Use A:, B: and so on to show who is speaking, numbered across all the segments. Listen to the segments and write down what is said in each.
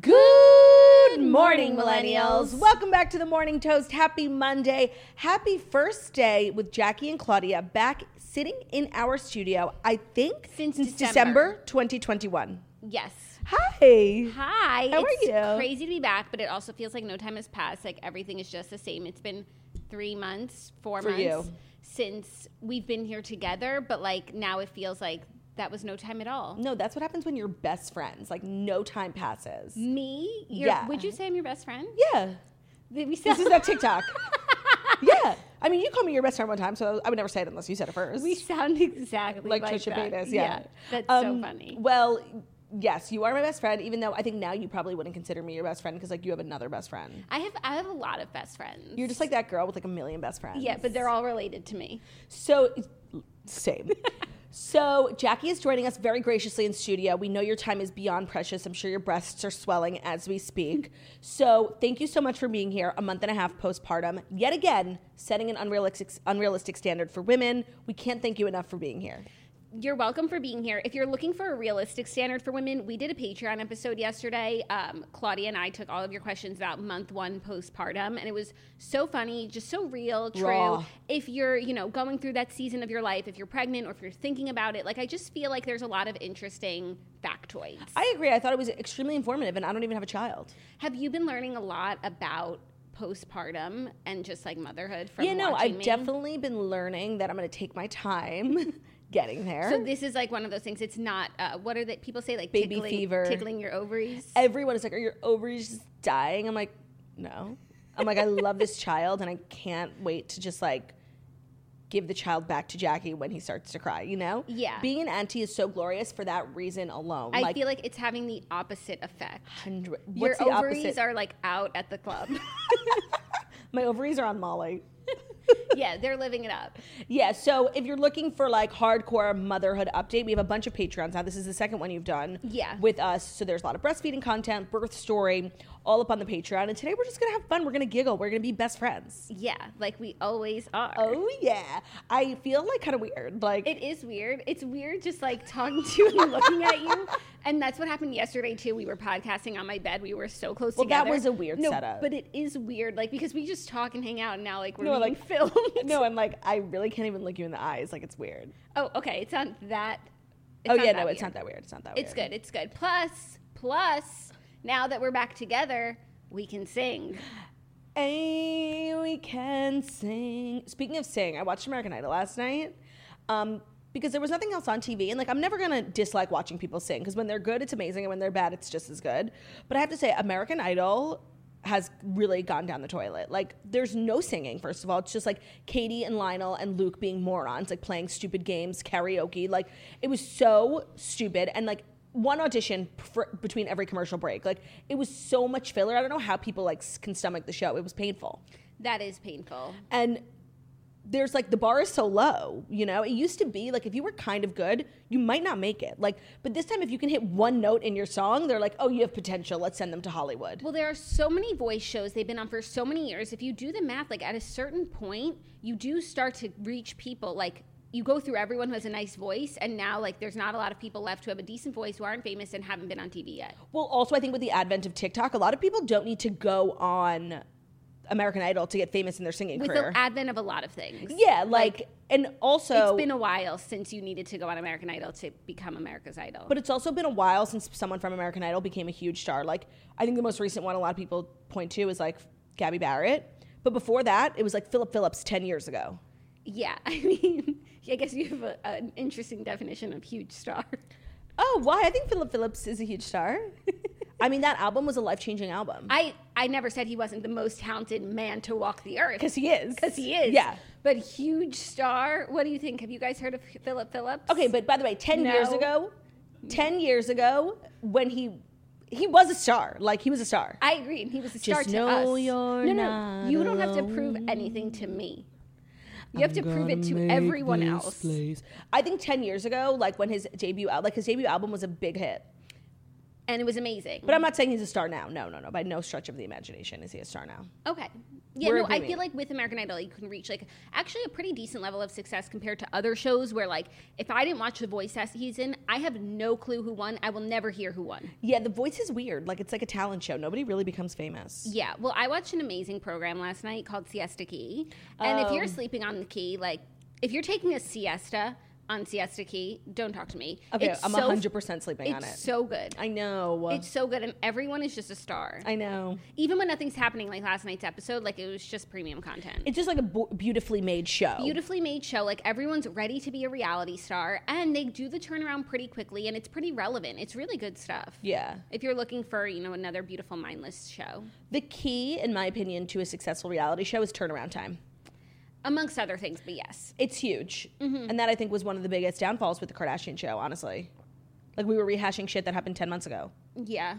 A: Good morning, millennials. Welcome back to the Morning Toast. Happy Monday. Happy first day with Jackie and Claudia back sitting in our studio, I think,
B: Since
A: December 2021.
B: Yes.
A: Hi.
B: Hi.
A: How are
B: it's
A: you?
B: crazy to be back, but it also feels like no time has passed. Like everything is just the same. It's been three months, four
A: For
B: months
A: you.
B: since we've been here together, but like now it feels like that was no time at all.
A: No, that's what happens when you're best friends. Like, no time passes.
B: Me? Your,
A: Yeah.
B: Would you say I'm your best friend?
A: Yeah.
B: Did we sound,
A: This is that TikTok. yeah. I mean, you called me your best friend one time, so I would never say it unless you said it first.
B: we sound exactly
A: like,
B: like,
A: Trisha
B: that.
A: Paytas. Yeah.
B: That's
A: Um,
B: so funny.
A: Well, yes, you are my best friend, even though I think now you probably wouldn't consider me your best friend because, like, you have another best friend.
B: I have I have a lot of best friends.
A: You're just like that girl with like a million best friends.
B: yeah, but they're all related to me.
A: So, same. so, Jackie is joining us very graciously in studio. We know your time is beyond precious. I'm sure your breasts are swelling as we speak. so, thank you so much for being here a month and a half postpartum, yet again, setting an unrealistic, unrealistic standard for women. We can't thank you enough for being here.
B: You're welcome for being here. If you're looking for a realistic standard for women, we did a Patreon episode yesterday. Um, Claudia and I took all of your questions about month one postpartum, and it was so funny, just so real, true.
A: Raw.
B: If you're, you know, going through that season of your life, if you're pregnant or if you're thinking about it, like I just feel like there's a lot of interesting factoids.
A: I agree. I thought it was extremely informative, and I don't even have a child.
B: Have you been learning a lot about postpartum and just like motherhood from
A: you know,
B: watching
A: I've
B: me?
A: definitely been learning that I'm going to take my time getting there.
B: So this is like one of those things. It's not. Uh, what are the people say like
A: Baby
B: tickling,
A: fever.
B: tickling your ovaries?
A: everyone is like, "Are your ovaries just dying?" I'm like, "No." I'm like, "I love this child, and I can't wait to just like give the child back to Jackie when he starts to cry." You know?
B: Yeah.
A: Being an auntie is so glorious for that reason alone.
B: I feel like it's having the opposite effect.
A: hundred-
B: Your
A: what's the
B: ovaries
A: opposite?
B: are like out at the club.
A: my ovaries are on Molly.
B: yeah, they're living it up.
A: Yeah, so if you're looking for like hardcore motherhood update, we have a bunch of Patreons now. This is the second one you've done
B: Yeah.
A: with us. So there's a lot of breastfeeding content, birth story, all up on the Patreon. And today we're just gonna have fun. We're gonna giggle. We're gonna be best friends.
B: Yeah, like we always are.
A: Oh yeah. I feel like kind of weird. Like
B: It is weird. It's weird just like talking to you and looking at you. And that's what happened yesterday too. We were podcasting on my bed. We were so close
A: Well, that
B: together.
A: was a weird
B: no,
A: setup.
B: But it is weird, like because we just talk and hang out and now like we're
A: No,
B: being
A: like-
B: filmed.
A: no, and like I really can't even look you in the eyes. Like it's weird.
B: Oh, okay. It's not that it's
A: oh
B: not
A: yeah,
B: that
A: no, it's
B: weird.
A: not that weird. It's not that weird.
B: It's good. It's good. Plus, plus, now that we're back together, we can sing.
A: Hey, we can sing. Speaking of sing, I watched American Idol last night um, because there was nothing else on TV. And like, I'm never gonna dislike watching people sing because when they're good, it's amazing, and when they're bad, it's just as good. But I have to say, American Idol has really gone down the toilet. Like, there's no singing. First of all, it's just like Katie and Lionel and Luke being morons, like playing stupid games, karaoke. Like, it was so stupid and like one audition for, between every commercial break. Like it was so much filler. I don't know how people like s- can stomach the show. It was painful.
B: That is painful.
A: And there's like the bar is so low, you know. It used to be like if you were kind of good, you might not make it. Like but this time if you can hit one note in your song, they're like, "Oh, you have potential. Let's send them to Hollywood."
B: Well, there are so many voice shows they've been on for so many years. If you do the math, like at a certain point, you do start to reach people like you go through everyone who has a nice voice and now like there's not a lot of people left who have a decent voice who aren't famous and haven't been on TV yet.
A: Well, also I think with the advent of TikTok, a lot of people don't need to go on American Idol to get famous in their singing
B: with
A: career.
B: the advent of a lot of things.
A: yeah, like, and also
B: it's been a while since you needed to go on American Idol to become America's Idol.
A: But it's also been a while since someone from American Idol became a huge star. Like I think the most recent one a lot of people point to is like Gabby Barrett. But before that, it was like Philip Phillips ten years ago.
B: yeah, I mean, I guess you have a, an interesting definition of huge star.
A: Oh, why? I think Philip Phillips is a huge star. I mean, that album was a life changing album
B: I I never said he wasn't the most talented man to walk the earth
A: because he is.
B: 'Cause he is.
A: Yeah.
B: but huge star. What do you think? Have you guys heard of Philip Phillips?
A: Okay, but by the way, ten
B: No.
A: years ago, ten years ago, when he he was a star, like he was a star.
B: I agree, and he was a star
A: Just
B: to
A: know
B: us.
A: you're
B: no, no,
A: not
B: you don't have to prove anything to me. You have to prove it to everyone else.
A: I think ten years ago, like when his debut out, like his debut album was a big hit.
B: And it was amazing.
A: But I'm not saying he's a star now. No, no, no. By no stretch of the imagination is he a star now.
B: Okay. Yeah,
A: We're
B: no, I
A: agreeing.
B: feel like with American Idol, you can reach like actually a pretty decent level of success compared to other shows where like if I didn't watch The Voice that season, I have no clue who won. I will never hear who won.
A: Yeah, the voice is weird. Like it's like a talent show. Nobody really becomes famous.
B: Yeah. Well, I watched an amazing program last night called Siesta Key, and if
A: Um.
B: you're sleeping on the key, like if you're taking a siesta on Siesta Key, don't talk to me.
A: Okay,
B: It's
A: I'm
B: so-
A: 100% sleeping on
B: It's
A: it.
B: so good.
A: I know.
B: It's so good, and everyone is just a star.
A: I know.
B: Even when nothing's happening, like last night's episode, like it was just premium content.
A: It's just like a bu- beautifully made show.
B: beautifully made show. Like everyone's ready to be a reality star, and they do the turnaround pretty quickly, and it's pretty relevant. It's really good stuff.
A: Yeah.
B: If you're looking for, you know, another beautiful mindless show,
A: The key, in my opinion, to a successful reality show is turnaround time.
B: amongst other things, but yes,
A: It's huge. And that I think was one of the biggest downfalls with the Kardashian show, honestly. Like we were rehashing shit that happened 10 months ago.
B: yeah,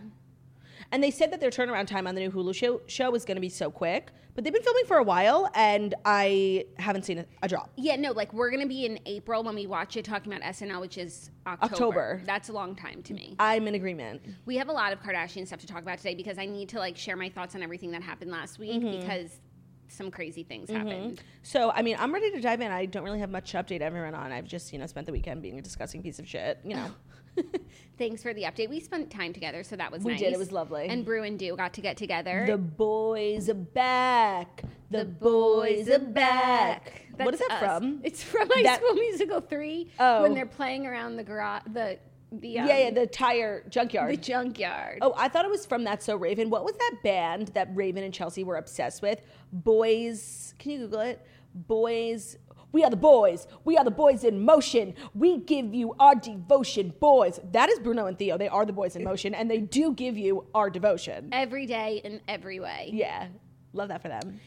A: And they said that their turnaround time on the new Hulu show, show is going to be so quick, but they've been filming for a while and I haven't seen a, a drop.
B: yeah, no, like we're gonna be in April when we watch it, talking about SNL, which is October.
A: October.
B: That's a long time to me.
A: I'm in agreement.
B: we have a lot of Kardashian stuff to talk about today because I need to like share my thoughts on everything that happened last week
A: Mm-hmm.
B: because some crazy things happened.
A: So, I mean, I'm ready to dive in. I don't really have much to update everyone on. I've just, you know, spent the weekend being a disgusting piece of shit, you know.
B: Thanks for the update. We spent time together, so that was
A: We
B: nice.
A: did. It was lovely.
B: And Brew and Do got to get together.
A: the boys are back. The boys are back. what is
B: That's
A: that
B: us.
A: from?
B: It's from High
A: That-
B: School Musical three.
A: Oh.
B: when they're playing around the garage, the the um,
A: yeah, yeah, the tire
B: the
A: junkyard.
B: junkyard.
A: oh, I thought it was from That's So Raven. What was that band that Raven and Chelsea were obsessed with? Boys. Can you Google it? Boys. We are the boys. We are the boys in motion. We give you our devotion, boys. That is Bruno and Theo. They are the boys in motion, and they do give you our devotion.
B: Every day in every way. Yeah,
A: Yeah. Love that for them.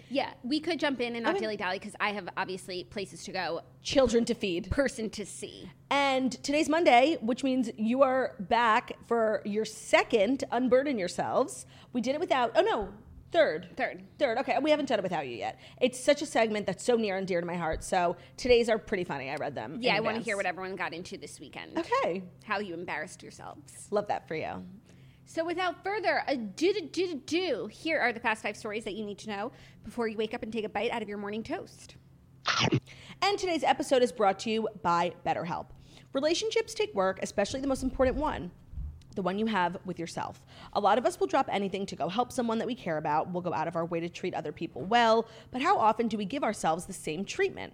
B: we could jump in and not dilly dally because I have obviously places to go,
A: Children to feed.
B: person to see.
A: And today's Monday, which means you are back for your second Unburden Yourselves. We did it without, oh no, third.
B: Third.
A: Third, okay. We haven't done it without you yet. It's such a segment that's so near and dear to my heart. So today's are pretty funny. I read them. in
B: Yeah, I want to
A: advance.
B: hear what everyone got into this weekend.
A: Okay.
B: How you embarrassed yourselves.
A: Love that for you.
B: So, without further ado, do, do, do, do, here are the fast five stories that you need to know before you wake up and take a bite out of your morning toast.
A: And today's episode is brought to you by BetterHelp. Relationships take work, especially the most important one. The one you have with yourself. A lot of us will drop anything to go help someone that we care about. We'll go out of our way to treat other people well, but how often do we give ourselves the same treatment?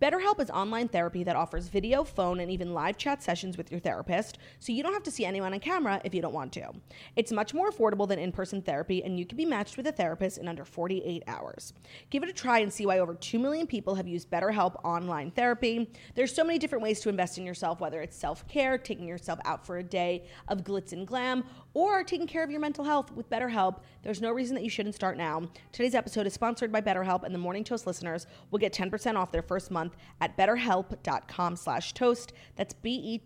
A: BetterHelp is online therapy that offers video, phone, and even live chat sessions with your therapist, so you don't have to see anyone on camera if you don't want to. It's much more affordable than in person therapy, and you can be matched with a therapist in under 48 hours. Give it a try and see why over 2 million people have used BetterHelp online therapy. There's so many different ways to invest in yourself, whether it's self care, taking yourself out for a day of glitz and glam, or taking care of your mental health with BetterHelp. There's no reason that you shouldn't start now. Today's episode is sponsored by BetterHelp, and the Morning Toast listeners will get 10% off their first month at betterhelp.com slash toast. That's E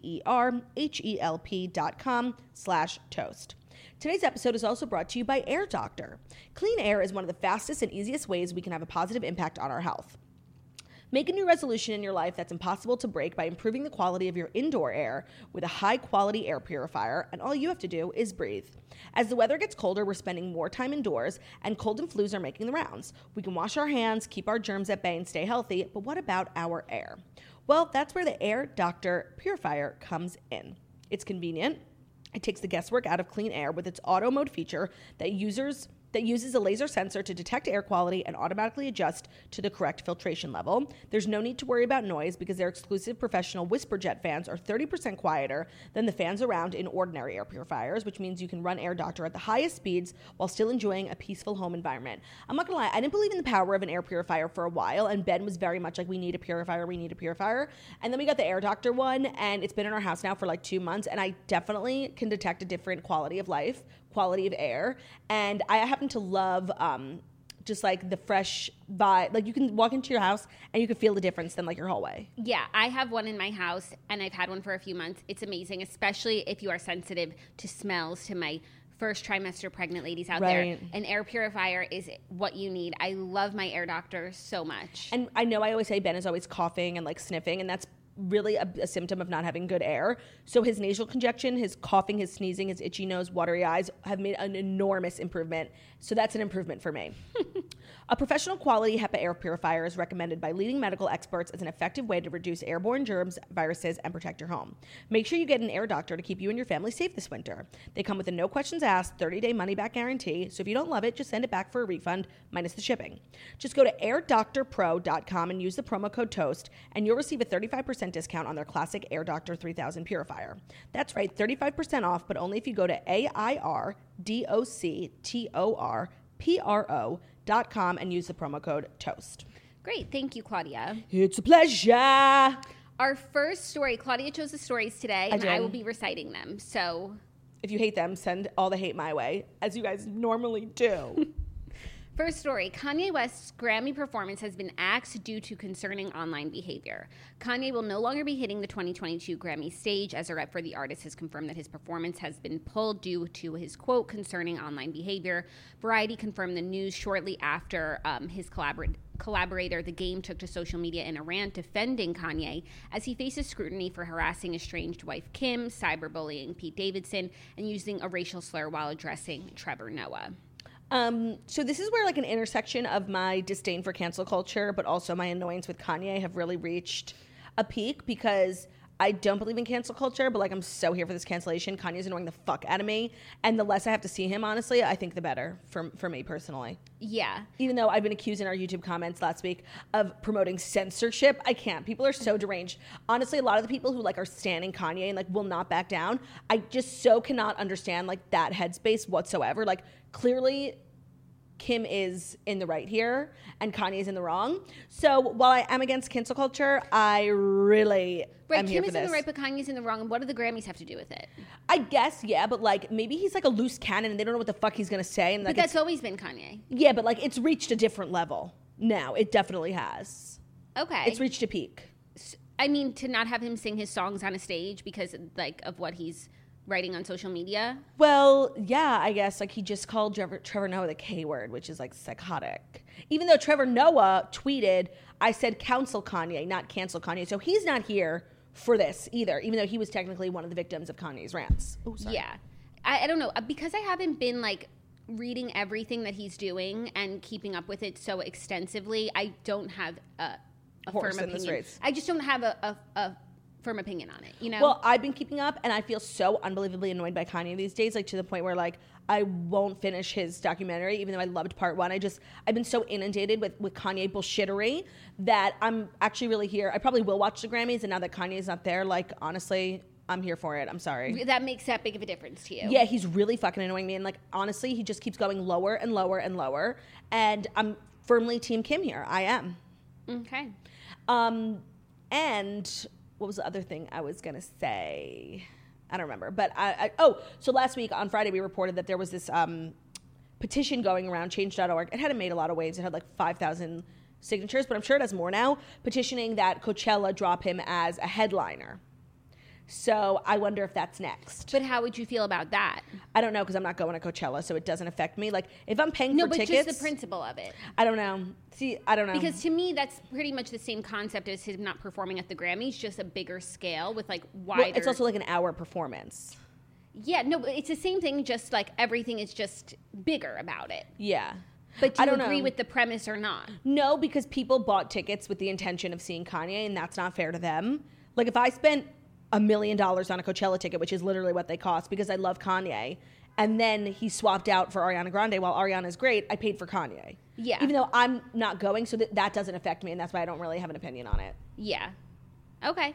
A: B-E-T-T-E-R-H-E-L-P E dot com slash toast. Today's episode is also brought to you by Air Doctor. Clean air is one of the fastest and easiest ways we can have a positive impact on our health. Make a new resolution in your life that's impossible to break by improving the quality of your indoor air with a high quality air purifier, and all you have to do is breathe. As the weather gets colder, we're spending more time indoors, and cold and flus are making the rounds. We can wash our hands, keep our germs at bay, and stay healthy, but what about our air? Well, that's where the Air Doctor Purifier comes in. It's convenient, it takes the guesswork out of clean air with its auto mode feature that users that uses a laser sensor to detect air quality and automatically adjust to the correct filtration level. There's no need to worry about noise because their exclusive professional whisper jet fans are 30% quieter than the fans around in ordinary air purifiers, which means you can run Air Doctor at the highest speeds while still enjoying a peaceful home environment. I'm not gonna lie, I didn't believe in the power of an air purifier for a while, and Ben was very much like, we need a purifier, we need a purifier. And then we got the Air Doctor one, and it's been in our house now for like two months, and I definitely can detect a different quality of life, quality of air. And I happen to love um, just like the fresh vibe. Like you can walk into your house and you can feel the difference than like your hallway.
B: Yeah, I have one in my house and I've had one for a few months. It's amazing, especially if you are sensitive to smells, to my first trimester pregnant ladies out
A: Right.
B: there. An air purifier is what you need. I love my air doctor so much.
A: And I know I always say Ben is always coughing and like sniffing, and that's really a, a symptom of not having good air. So his nasal congestion, his coughing, his sneezing, his itchy nose, watery eyes have made an enormous improvement. So that's an improvement for me. a professional quality HEPA air purifier is recommended by leading medical experts as an effective way to reduce airborne germs, viruses, and protect your home. Make sure you get an air doctor to keep you and your family safe this winter. They come with a no questions asked 30 day money back guarantee. So if you don't love it, just send it back for a refund minus the shipping. Just go to airdoctorpro.com and use the promo code TOAST, and you'll receive a 35% discount on their classic Air Doctor 3000 purifier. That's right, 35% off, but only if you go to airdoctorpro.com and use the promo code TOAST.
B: Great, thank you, Claudia.
A: It's a pleasure.
B: Our first story, Claudia chose the stories today, and I
A: did.
B: will be reciting them. So,
A: If you hate them, send all the hate my way, as you guys normally do.
B: First story Kanye West's Grammy performance has been axed due to concerning online behavior. Kanye will no longer be hitting the 2022 Grammy stage as a rep for the artist has confirmed that his performance has been pulled due to his quote concerning online behavior. Variety confirmed the news shortly after um, his collaborator. Collaborator, the game took to social media in a rant defending Kanye as he faces scrutiny for harassing estranged wife Kim, cyberbullying Pete Davidson, and using a racial slur while addressing Trevor Noah.
A: Um, so this is where like an intersection of my disdain for cancel culture, but also my annoyance with Kanye have really reached a peak because I don't believe in cancel culture, but like I'm so here for this cancellation. Kanye's annoying the fuck out of me, and the less I have to see him, honestly, I think the better for for me personally.
B: Yeah.
A: Even though I've been accused in our YouTube comments last week of promoting censorship, I can't. People are so deranged. Honestly, a lot of the people who like are standing Kanye and like will not back down, I just so cannot understand like that headspace whatsoever. Like clearly Kim is in the right here and Kanye is in the wrong. So while I am against cancel culture, I really
B: Right,
A: am
B: Kim
A: here
B: is
A: for
B: in
A: this.
B: the right, but Kanye's in the wrong. And what do the Grammys have to do with it?
A: I guess yeah, but like maybe he's like a loose cannon and they don't know what the fuck he's gonna say. And
B: But
A: like
B: that's
A: it's,
B: always been Kanye.
A: yeah, but like it's reached a different level now. It definitely has.
B: Okay.
A: It's reached a peak.
B: I mean, to not have him sing his songs on a stage because like of what he's writing on social media.
A: Well, yeah, I guess like he just called Trevor, Trevor Noah the K word, which is like psychotic. Even though Trevor Noah tweeted, "I said counsel Kanye, not cancel Kanye," so he's not here for this either. Even though he was technically one of the victims of Kanye's rants. Oh, sorry.
B: Yeah. I, I don't know. Uh, Because I haven't been like reading everything that he's doing and keeping up with it so extensively, I don't have a, a firm
A: Horse in this
B: opinion.
A: race.
B: I just don't have a, a, a firm opinion on it, you know?
A: Well, I've been keeping up, and I feel so unbelievably annoyed by Kanye these days, like to the point where like I won't finish his documentary, even though I loved part one. I just I've been so inundated with with Kanye bullshittery that I'm actually really here. I probably will watch the Grammys, and now that Kanye's not there, like honestly, I'm here for it. I'm sorry.
B: that makes that big of a difference to you.
A: Yeah, he's really fucking annoying me, and like honestly, he just keeps going lower and lower and lower, and I'm firmly Team Kim here. I am.
B: Okay.
A: Um, and what was the other thing I was gonna say? I don't remember. But I, I oh, so last week on Friday we reported that there was this um, petition going around change.org. It hadn't made a lot of waves. It had like five thousand signatures, but I'm sure it has more now. Petitioning that Coachella drop him as a headliner. So I wonder if that's next.
B: But how would you feel about that?
A: I don't know because I'm not going to Coachella, so it doesn't affect me. Like if I'm paying
B: No,
A: for
B: but
A: tickets,
B: just the principle of it.
A: I don't know. See, I don't know
B: Because to me, that's pretty much the same concept as him not performing at the Grammys, just a bigger scale with like wider.
A: Well, it's also like an hour performance.
B: yeah, no, but it's the same thing. Just like everything is just bigger about it.
A: Yeah.
B: But do
A: I
B: you
A: don't
B: agree
A: know.
B: with the premise or not?
A: No, because people bought tickets with the intention of seeing Kanye, and that's not fair to them. Like if I spent a million dollars on a Coachella ticket, which is literally what they cost, because I love Kanye, and then he swapped out for Ariana Grande. While Ariana's great, I paid for Kanye.
B: Yeah.
A: Even though I'm not going, so that that doesn't affect me, and that's why I don't really have an opinion on it.
B: Yeah. Okay.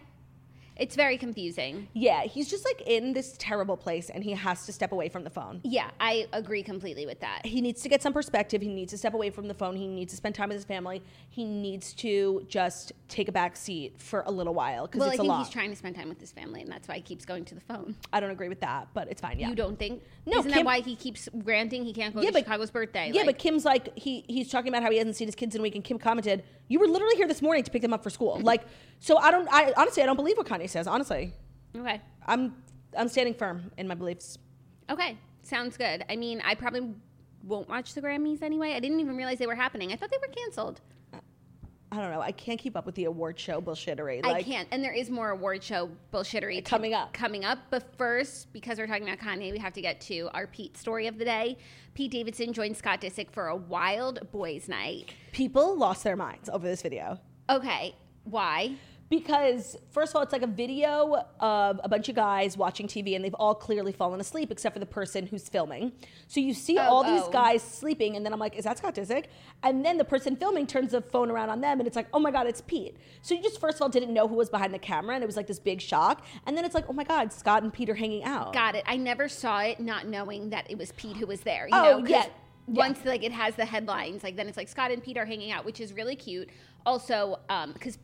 B: It's very confusing.
A: Yeah, he's just like in this terrible place, and he has to step away from the phone.
B: Yeah, I agree completely with that.
A: He needs to get some perspective. He needs to step away from the phone. He needs to spend time with his family. He needs to just take a back seat for a little while because
B: Well, I
A: it's a
B: think
A: lot.
B: he's trying to spend time with his family, and that's why he keeps going to the phone.
A: I don't agree with that, but it's fine. Yeah.
B: You don't think?
A: No,
B: Isn't
A: Kim-
B: that why he keeps ranting he can't go
A: Yeah,
B: to
A: but-
B: Chicago's birthday?
A: Yeah,
B: like-
A: but Kim's like he he's talking about how he hasn't seen his kids in a week, and Kim commented, "You were literally here this morning to pick them up for school." Like, so I don't. I honestly, I don't believe what Kanye says. Honestly,
B: Okay.
A: I'm I'm standing firm in my beliefs.
B: Okay. Sounds good. I mean, I probably won't watch the Grammys anyway. I didn't even realize they were happening. I thought they were canceled.
A: I don't know. I can't keep up with the award show bullshittery.
B: I
A: Like,
B: can't. And there is more award show bullshittery to-
A: Coming up.
B: Coming up. But first, because we're talking about Kanye, we have to get to our Pete story of the day. Pete Davidson joined Scott Disick for a wild boys' night.
A: People lost their minds over this video
B: Okay. Why?
A: because first of all, it's like a video of a bunch of guys watching TV, and they've all clearly fallen asleep except for the person who's filming. So you see all these
B: oh.
A: guys sleeping, and then I'm like, "Is that Scott Disick?" And then the person filming turns the phone around on them, and it's like, "Oh my God, it's Pete." So you just first of all didn't know who was behind the camera, and it was like this big shock. And then it's like, "Oh my God, Scott and Pete are hanging out."
B: Got it. I never saw it, not knowing that it was Pete who was there. You
A: Oh,
B: know, 'cause
A: yeah. Yeah.
B: Once like it has the headlines, like then it's like Scott and Pete are hanging out, which is really cute. Also, because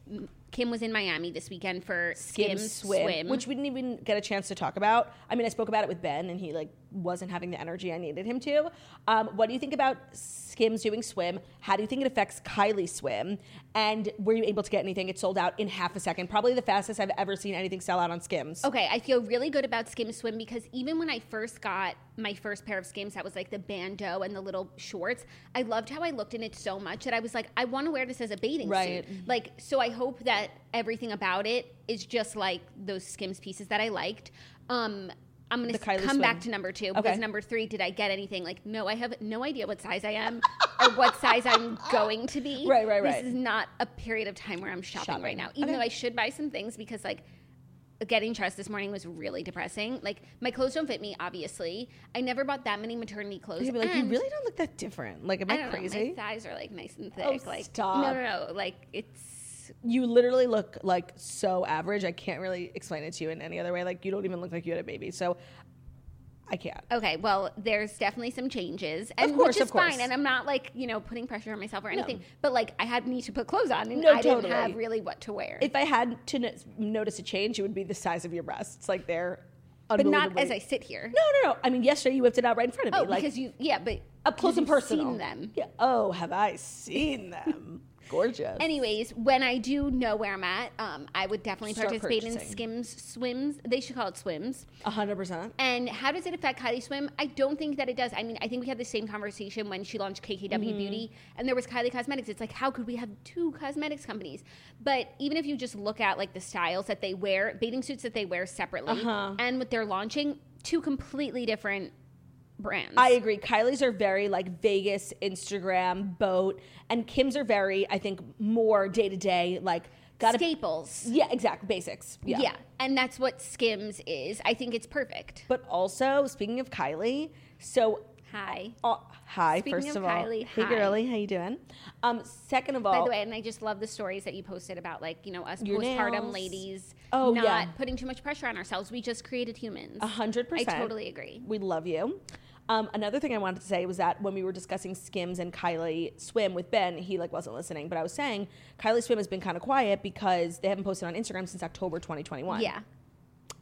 B: Kim was in Miami this weekend for Skim, Swim,
A: which we didn't even get a chance to talk about. I mean, I spoke about it with Ben, and he like wasn't having the energy I needed him to. Um, what do you think about Skims doing Swim? How do you think it affects Kylie Swim? And were you able to get anything? It sold out in half a second, probably the fastest I've ever seen anything sell out on Skims.
B: Okay, I feel really good about Skim Swim because even when I first got my first pair of Skims, that was like the bandeau and the little shorts, I loved how I looked in it so much that I was like, I want to wear this as a bathing
A: Right. Mm-hmm.
B: suit. Like, so I hope that everything about it is just like those Skims pieces that I liked. Um, I'm gonna
A: The Kylie
B: come back
A: Swim.
B: to number two
A: Okay.
B: because number three, did I get anything? Like, no, I have no idea what size I am or what size I'm going to be.
A: Right, right, right.
B: This is not a period of time where I'm shopping,
A: Shopping.
B: right now, even
A: Okay.
B: though I should buy some things because like getting dressed this morning was really depressing. Like my clothes don't fit me, obviously. I never bought that many maternity clothes.
A: You'd be like, you
B: and-
A: really don't look that different. Like, am I,
B: I don't
A: crazy?
B: know. My thighs are like nice and thick.
A: Oh,
B: like
A: stop.
B: no, no, no. Like it's
A: you literally look like so average. I can't really explain it to you in any other way. Like, you don't even look like you had a baby. So, I can't.
B: okay. Well, there's definitely some changes, and
A: course,
B: which is
A: of course.
B: fine. And I'm not like you know putting pressure on myself or anything. But like I had need to put clothes on, and
A: No,
B: I
A: totally.
B: didn't have really what to wear.
A: if I had to no- notice a change, it would be the size of your breasts. Like they're,
B: but not as I sit here.
A: No, no, no. I mean, yesterday you whipped it out right in front of
B: Oh,
A: me, like
B: because you yeah, but
A: up close
B: because
A: and
B: you've
A: personal.
B: Seen them.
A: Yeah. Oh, have I seen them? Gorgeous.
B: Anyways, when I do know where I'm at, um, I would definitely
A: Start
B: participate in
A: purchasing.
B: skims, swims. They should call it swims.
A: A hundred percent.
B: And how does it affect Kylie Swim? I don't think that it does. I mean, I think we had the same conversation when she launched KKW
A: Mm-hmm.
B: Beauty and there was Kylie Cosmetics. It's like, how could we have two cosmetics companies? But even if you just look at like the styles that they wear, bathing suits that they wear separately,
A: Uh-huh.
B: and what they're launching, two completely different brands.
A: I agree. Kylie's are very like Vegas, Instagram, boat, and Kim's are very, I think, more day to day, like gotta.
B: Staples.
A: Yeah, exact basics.
B: Yeah. And that's what Skims is. I think it's perfect.
A: But also, speaking of Kylie, so
B: Hi.
A: uh, hi.
B: Speaking
A: first
B: of
A: of, all,
B: Kylie,
A: hey
B: hi.
A: girly, how you doing? Um, second of all,
B: By the way, and I just love the stories that you posted about like you know us
A: Your
B: postpartum
A: nails.
B: ladies
A: Oh,
B: not
A: yeah.
B: putting too much pressure on ourselves. We just created humans.
A: A hundred
B: I
A: percent.
B: totally agree.
A: We love you. Um, another thing I wanted to say was that when we were discussing Skims and Kylie Swim with Ben, he like wasn't listening, but I was saying Kylie Swim has been kind of quiet because they haven't posted on Instagram since October 2021.
B: Yeah.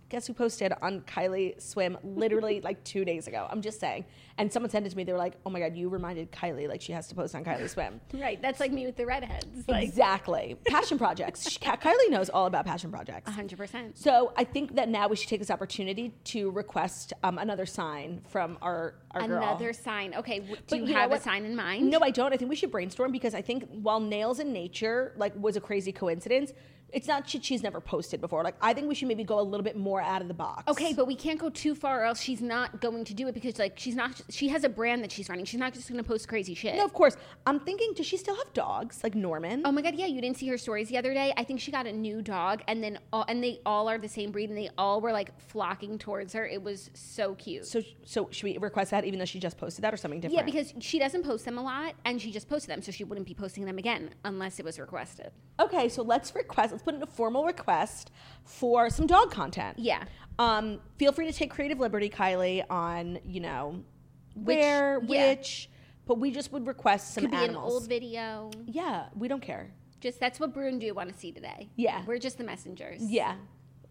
A: Guess who posted on Kylie Swim literally like two days ago? I'm just saying. And someone sent it to me. They were like, "Oh my god, you reminded Kylie like she has to post on Kylie Swim."
B: Right. That's like me with the redheads. Like
A: exactly. Passion projects. She- Ka- Kylie knows all about passion projects.
B: hundred percent.
A: So I think that now we should take this opportunity to request um, another sign from our, our girl.
B: Another sign. Okay. W- do
A: But
B: you,
A: you know
B: have a
A: what?
B: sign in mind?
A: No, I don't. I think we should brainstorm because I think while nails and nature like was a crazy coincidence, It's not shit she's never posted before. Like I think we should maybe go a little bit more out of the box.
B: Okay, but we can't go too far, or else she's not going to do it because, like, she's not. She has a brand that she's running. She's not just going to post crazy shit.
A: No, of course. I'm thinking, does she still have dogs? Like Norman?
B: Oh my god, yeah, you didn't see her stories the other day. I think she got a new dog, and then all, and they all are the same breed, and they all were like flocking towards her. It was so cute.
A: So so should we request that even though she just posted that or something different?
B: yeah, because she doesn't post them a lot, and she just posted them, so she wouldn't be posting them again unless it was requested.
A: Okay, so let's request. Let's put in a formal request for some dog content.
B: Yeah.
A: Um, feel free to take creative liberty, Kylie, on you know where,
B: yeah.
A: which, but we just would request some
B: Could be an
A: animals.
B: old video.
A: yeah, we don't care.
B: Just that's what Brew and Do want to see today.
A: Yeah.
B: we're just the messengers.
A: Yeah.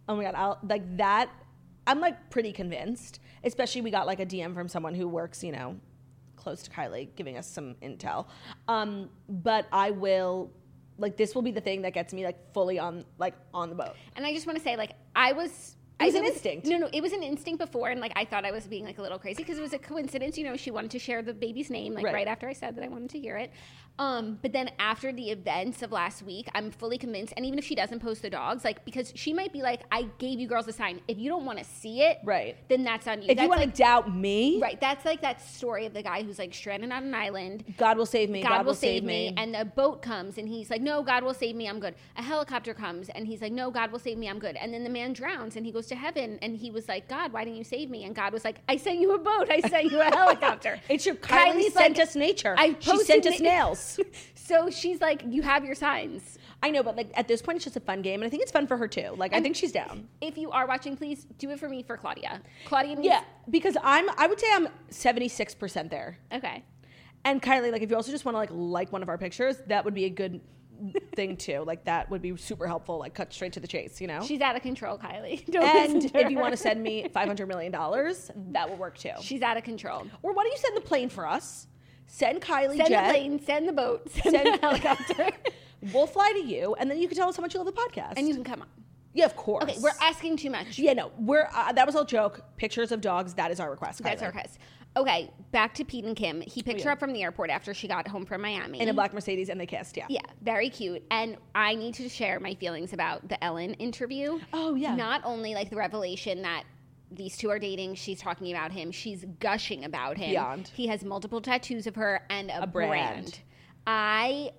A: Oh my god, I'll like that. I'm like pretty convinced. Especially we got like a DM from someone who works, you know, close to Kylie, giving us some intel. Um, but I will like this will be the thing that gets me like fully on like on the boat.
B: And I just want to say, like, I was.
A: It was
B: I,
A: an instinct.
B: No, no, it was an instinct before, and like I thought I was being like a little crazy because it was a coincidence. You know, she wanted to share the baby's name like
A: Right.
B: right, after I said that I wanted to hear it. Um, but then after the events of last week, I'm fully convinced. And even if she doesn't post the dogs, like because she might be like, I gave you girls a sign. If you don't want to see it,
A: Right.
B: then that's on you.
A: If
B: that's
A: you want
B: like,
A: to doubt me,
B: right, that's like that story of the guy who's like stranded on an island.
A: God will save me.
B: God, will save me. And the boat comes and he's like, No, God will save me. I'm good. A helicopter comes and he's like, No, God will save me. I'm good. And then the man drowns and he goes to heaven and he was like, God, why didn't you save me? And God was like, I sent you a boat. I sent you a helicopter.
A: It's your Kylie sent us nature. she sent
B: posted
A: us
B: na-
A: nails.
B: So she's like, You have your signs.
A: I know, but like at this point, it's just a fun game, and I think it's fun for her too. Like I think she's down.
B: If you are watching, please do it for me for Claudia. Claudia needs.
A: Yeah, because I'm. I would say I'm seventy six percent there.
B: Okay.
A: And Kylie, like if you also just want to like like one of our pictures, that would be a good thing too. Like that would be super helpful. Like cut straight to the chase, you know.
B: She's out of control, Kylie. Don't
A: and
B: listen to
A: if you
B: her.
A: want to send me five hundred million dollars, that will work too.
B: She's out of control.
A: Or why don't you send the plane for us? Send Kylie
B: Send
A: jet.
B: the plane, send the boat, send,
A: Send-
B: the helicopter.
A: We'll fly to you, and then you can tell us how much you love the podcast.
B: and you can come on.
A: yeah, of course.
B: Okay, we're asking too much.
A: yeah, no, we're uh, that was all joke. Pictures of dogs. That is our request.
B: That's
A: Kylie.
B: our request. Okay, back to Pete and Kim. He picked her up from the airport after she got home from Miami.
A: In a black Mercedes, and they kissed. Yeah.
B: Yeah, very cute. And I need to share my feelings about the Ellen interview.
A: Oh, yeah.
B: Not only like the revelation that these two are dating, she's talking about him, she's gushing about him.
A: Beyond.
B: He has multiple tattoos of her and a,
A: brand.
B: brand. I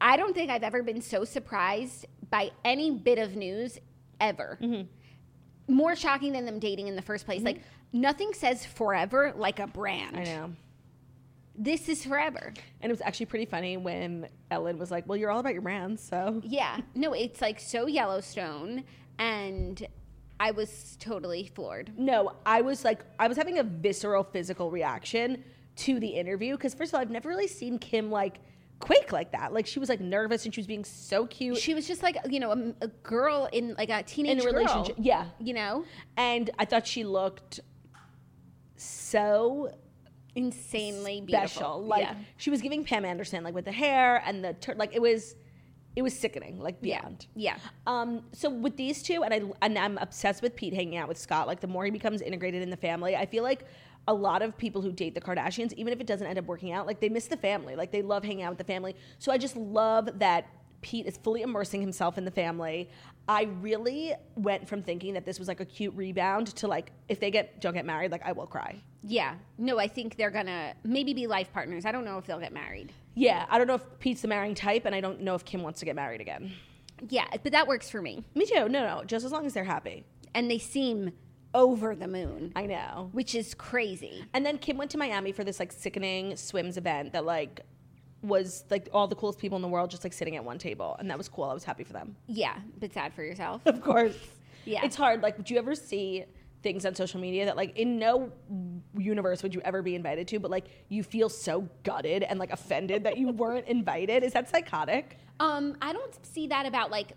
B: I don't think I've ever been so surprised by any bit of news ever.
A: Mm-hmm.
B: More shocking than them dating in the first place. Like nothing says forever like a brand.
A: I know.
B: This is forever.
A: And it was actually pretty funny when Ellen was like, "Well, you're all about your brands, so."
B: Yeah. No, it's like so Yellowstone and I was totally floored.
A: No, I was like, I was having a visceral physical reaction to the interview because first of all, I've never really seen Kim like quake like that. Like she was like nervous and she was being so cute.
B: She was just like, you know, a, a girl in like a teenage
A: in a relationship,
B: girl,
A: yeah.
B: you know,
A: And I thought she looked so
B: insanely
A: special.
B: beautiful.
A: Like
B: yeah.
A: she was giving Pam Anderson, like with the hair and the tur- like, it was, it was sickening, like beyond.
B: Yeah.
A: Um, so with these two, and I and I'm obsessed with Pete hanging out with Scott. Like the more he becomes integrated in the family, I feel like a lot of people who date the Kardashians, even if it doesn't end up working out, like they miss the family. Like they love hanging out with the family. So I just love that Pete is fully immersing himself in the family. I really went from thinking that this was like a cute rebound to like if they get don't get married, like I will cry.
B: Yeah. No, I think they're going to maybe be life partners. I don't know if they'll get married.
A: Yeah, I don't know if Pete's the marrying type, and I don't know if Kim wants to get married again.
B: Yeah, but that works for me.
A: Me too. No, no, just as long as they're happy.
B: And they seem over the moon,
A: I know.
B: which is crazy.
A: And then Kim went to Miami for this like sickening swims event that like was like all the coolest people in the world just like sitting at one table, and that was cool. I was happy for them.
B: Yeah, but sad for yourself.
A: Of course.
B: Yeah.
A: It's hard. Like, do you ever see things on social media that like in no universe would you ever be invited to, but like you feel so gutted and like offended that you weren't invited? Is that psychotic?
B: Um, I don't see that about like.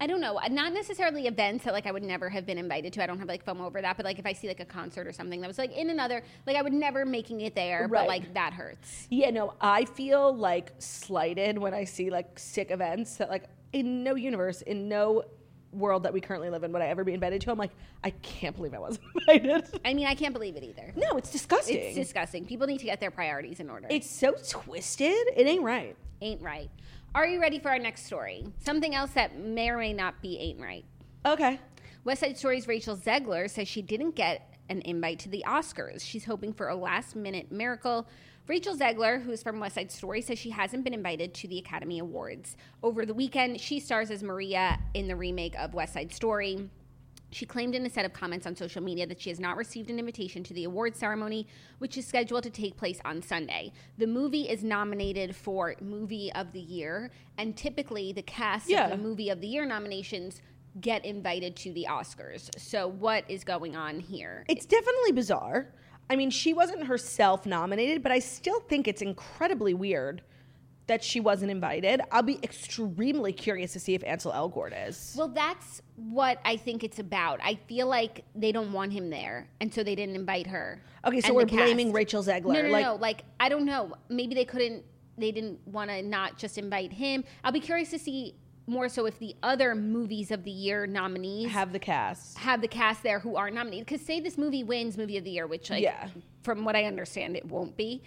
B: I don't know. Not necessarily events that like I would never have been invited to. I don't have like FOMO over that. But like if I see like a concert or something that was like in another, like I would never making it there.
A: Right.
B: But like that hurts.
A: Yeah, no, I feel like slighted when I see like sick events that like in no universe, in no world that we currently live in would I ever be invited to. I'm like, I can't believe I wasn't invited.
B: I mean, I can't believe it either.
A: No, it's disgusting.
B: It's disgusting. People need to get their priorities in order.
A: It's so twisted. It ain't right.
B: ain't right. Are you ready for our next story? Something else that may or may not be Ain't
A: Okay.
B: West Side Story's Rachel Zegler says she didn't get an invite to the Oscars. She's hoping for a last minute miracle. Rachel Zegler, who's from West Side Story, says she hasn't been invited to the Academy Awards. Over the weekend, she stars as Maria in the remake of West Side Story. She claimed in a set of comments on social media that she has not received an invitation to the award ceremony, which is scheduled to take place on Sunday. The movie is nominated for Movie of the Year, and typically the cast
A: Yeah.
B: of the Movie of the Year nominations get invited to the Oscars. So what is going on here?
A: It's definitely bizarre. I mean, she wasn't herself nominated, but I still think it's incredibly weird that she wasn't invited. I'll be extremely curious to see if Ansel Elgort is.
B: Well, that's what I think it's about. I feel like they don't want him there, and so they didn't invite her.
A: Okay, so
B: and
A: we're
B: the
A: blaming Rachel Zegler,
B: No, no,
A: like-
B: no. Like I don't know. Maybe they couldn't. They didn't want to not just invite him. I'll be curious to see more so if the other movies of the year nominees
A: Have the cast.
B: have the cast there who are nominated. Because say this movie wins movie of the year, which like
A: Yeah.
B: from what I understand, it won't be.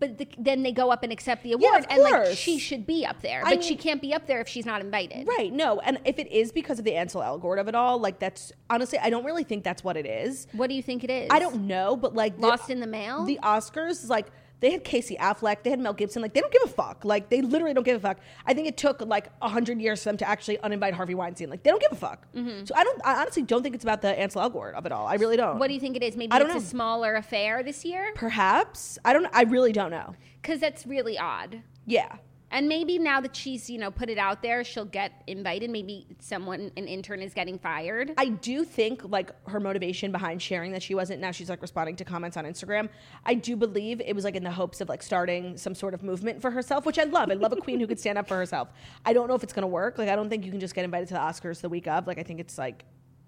B: But the, then they go up and accept the
A: Yeah,
B: award,
A: of
B: and like
A: course.
B: she should be up there, but
A: I
B: she
A: mean-
B: can't be up there if she's not invited.
A: Right, no. And if it is because of the Ansel Elgort of it all, like that's honestly, I don't really think that's what it is.
B: What do you think it is?
A: I don't know, but like the-
B: Lost in the Mail?
A: The Oscars is like they had Casey Affleck, they had Mel Gibson, like they don't give a fuck. Like they literally don't give a fuck. I think it took like hundred years for them to actually uninvite Harvey Weinstein. Like they don't give a fuck.
B: Mm-hmm.
A: So I don't. I honestly don't think it's about the Ansel Elgort of it all. I really don't.
B: What do you think it is? Maybe
A: I don't
B: it's a
A: know.
B: smaller affair this year?
A: Perhaps I don't. I really don't know.
B: Because that's really odd.
A: Yeah.
B: And maybe now that she's, you know, put it out there, she'll get invited. Maybe someone, an intern, is getting fired.
A: I do think like her motivation behind sharing that she wasn't now she's like responding to comments on Instagram. I do believe it was like in the hopes of like starting some sort of movement for herself, which I love. I love a queen who could stand up for herself. I don't know if it's gonna work. Like I don't think you can just get invited to the Oscars the week of. Like I think it's like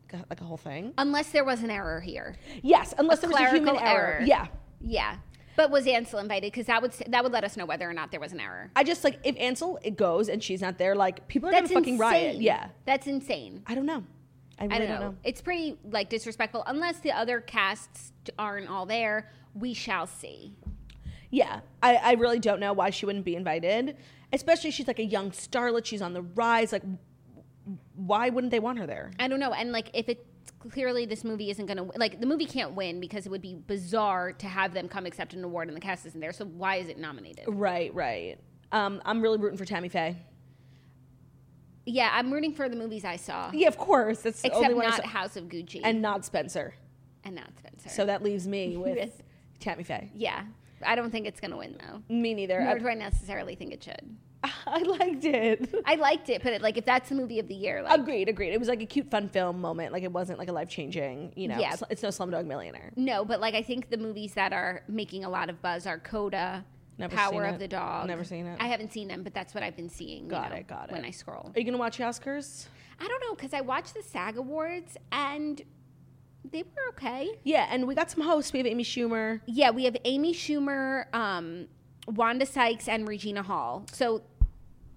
A: g- like a whole thing.
B: Unless there was an error here.
A: Yes, unless there was a human
B: clerical
A: error.
B: error.
A: Yeah.
B: Yeah. But was Ansel invited? Because that would s- that would let us know whether or not there was an error.
A: I just like if Ansel it goes and she's not there, like people are
B: That's
A: gonna fucking
B: insane.
A: riot. Yeah.
B: That's insane.
A: I don't know. I really
B: I don't know.
A: know.
B: It's pretty like disrespectful. Unless the other casts aren't all there, we shall see.
A: Yeah, I, I really don't know why she wouldn't be invited. Especially she's like a young starlet. She's on the rise. Like, why wouldn't they want her there?
B: I don't know. And like, if it's clearly this movie isn't going to like the movie can't win because it would be bizarre to have them come accept an award and the cast isn't there. So why is it nominated?
A: Right, right. Um, I'm really rooting for Tammy Faye.
B: Yeah, I'm rooting for the movies I saw,
A: Yeah, of course. That's the only
B: except
A: one. I
B: not
A: saw-
B: House of Gucci
A: and not Spencer.
B: and not Spencer.
A: So that leaves me with
B: Yes.
A: Tammy Faye.
B: yeah, I don't think it's going to win though.
A: Me neither.
B: Nor do
A: I,
B: I necessarily think it should.
A: I liked it.
B: I liked it, but it, like if that's the movie of the year, like
A: Agreed, agreed. It was like a cute, fun film moment. Like it wasn't like a life changing. You know,
B: Yeah.
A: sl- it's no Slumdog Millionaire.
B: no, but like I think the movies that are making a lot of buzz are Coda,
A: Never
B: Power
A: seen
B: of
A: it.
B: the Dog.
A: Never seen it.
B: I haven't seen them, but that's what I've been seeing. you
A: Got
B: know,
A: it, got it.
B: When I scroll,
A: Are you gonna watch the Oscars?
B: I don't know because I watched the SAG Awards and they were okay.
A: Yeah, and we got some hosts. We have Amy Schumer.
B: Yeah, we have Amy Schumer, um, Wanda Sykes, and Regina Hall. So